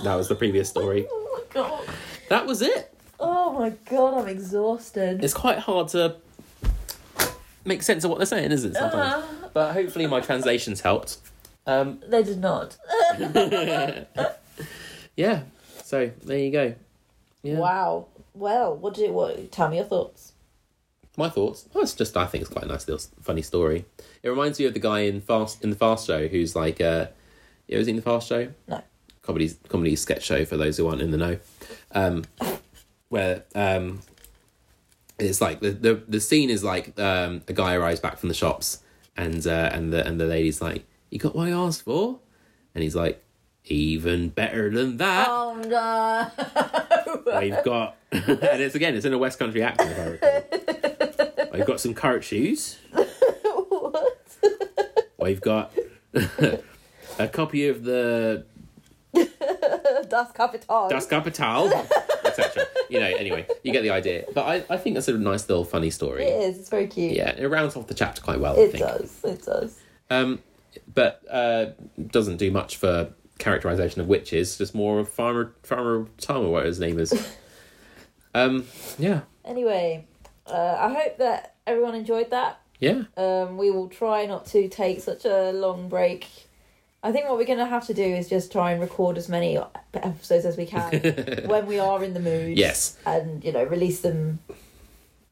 [SPEAKER 1] That was the previous story.
[SPEAKER 2] Oh my god.
[SPEAKER 1] That was it.
[SPEAKER 2] Oh my god. I'm exhausted.
[SPEAKER 1] It's quite hard to make sense of what they're saying, isn't it? Sometimes. But hopefully my translations helped. Um,
[SPEAKER 2] They did not.
[SPEAKER 1] yeah. So there you go. Yeah.
[SPEAKER 2] Wow. Well, what did it? What? Tell me your thoughts.
[SPEAKER 1] My thoughts. Oh, it's just I think it's quite a nice little s- funny story. It reminds me of the guy in fast in the fast show who's like uh you ever seen the fast show?
[SPEAKER 2] No.
[SPEAKER 1] Comedy comedy sketch show for those who aren't in the know. Um where um it's like the the, the scene is like um a guy arrives back from the shops and uh and the and the lady's like, You got what I asked for? And he's like, Even better than that
[SPEAKER 2] Oh no.
[SPEAKER 1] I've got, and it's again, it's in a West Country accent, if I recall. I've got some carrot shoes. I've got a copy of the
[SPEAKER 2] das Kapital.
[SPEAKER 1] Das Kapital, etc. You know, anyway, you get the idea. But I, I think that's a nice little funny
[SPEAKER 2] It
[SPEAKER 1] story.
[SPEAKER 2] is. It's very cute.
[SPEAKER 1] Yeah, it rounds off the chapter quite well, I
[SPEAKER 2] It
[SPEAKER 1] think.
[SPEAKER 2] does. It does.
[SPEAKER 1] Um, but uh, doesn't do much for characterization of witches, just more of Farmer Farmer Tom or whatever his name is. Um, yeah,
[SPEAKER 2] Anyway, uh, I hope that everyone enjoyed that.
[SPEAKER 1] yeah.
[SPEAKER 2] Um, we will try not to take such a long break. I think what we're going to have to do is just try and record as many episodes as we can when we are in the mood.
[SPEAKER 1] Yes.
[SPEAKER 2] And, you know, release them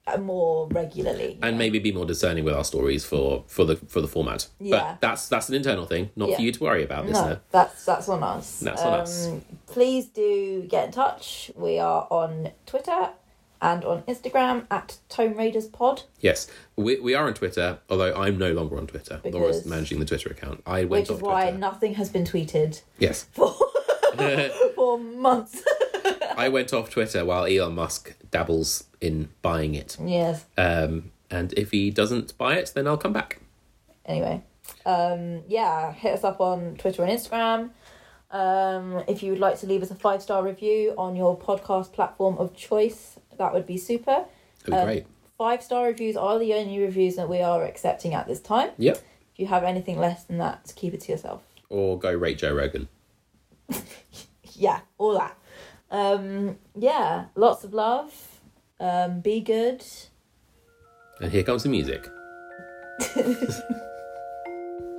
[SPEAKER 2] uh, more regularly.
[SPEAKER 1] and maybe be more discerning with our stories for for the for the format.
[SPEAKER 2] Yeah.
[SPEAKER 1] But that's that's an internal thing, not
[SPEAKER 2] Yeah.
[SPEAKER 1] for you to worry about,
[SPEAKER 2] no,
[SPEAKER 1] listener.
[SPEAKER 2] that's that's on us. Um,
[SPEAKER 1] That's on us.
[SPEAKER 2] Please do get in touch. We are on Twitter and on Instagram at Tome Raiders Pod.
[SPEAKER 1] Yes, we we are on Twitter, although I'm no longer on Twitter. Laura's
[SPEAKER 2] Because-
[SPEAKER 1] managing the Twitter account. I went
[SPEAKER 2] Which
[SPEAKER 1] off
[SPEAKER 2] is why
[SPEAKER 1] Twitter.
[SPEAKER 2] nothing has been tweeted
[SPEAKER 1] Yes,
[SPEAKER 2] for months.
[SPEAKER 1] I went off Twitter while Elon Musk dabbles in buying it.
[SPEAKER 2] yes.
[SPEAKER 1] Um, and if he doesn't buy it, then I'll come back.
[SPEAKER 2] anyway um yeah hit us up on twitter and instagram um if you would like to leave us a five star review on your podcast platform of choice that would be super
[SPEAKER 1] That'd be
[SPEAKER 2] Um,
[SPEAKER 1] great.
[SPEAKER 2] five star reviews are the only reviews that we are accepting at this time
[SPEAKER 1] Yep.
[SPEAKER 2] if you have anything less than that keep it to yourself
[SPEAKER 1] Or go rate Joe Rogan.
[SPEAKER 2] yeah all that um yeah lots of love um be good
[SPEAKER 1] And here comes the music.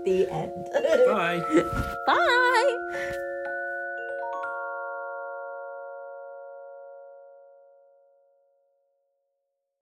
[SPEAKER 2] the end
[SPEAKER 1] Bye.
[SPEAKER 2] bye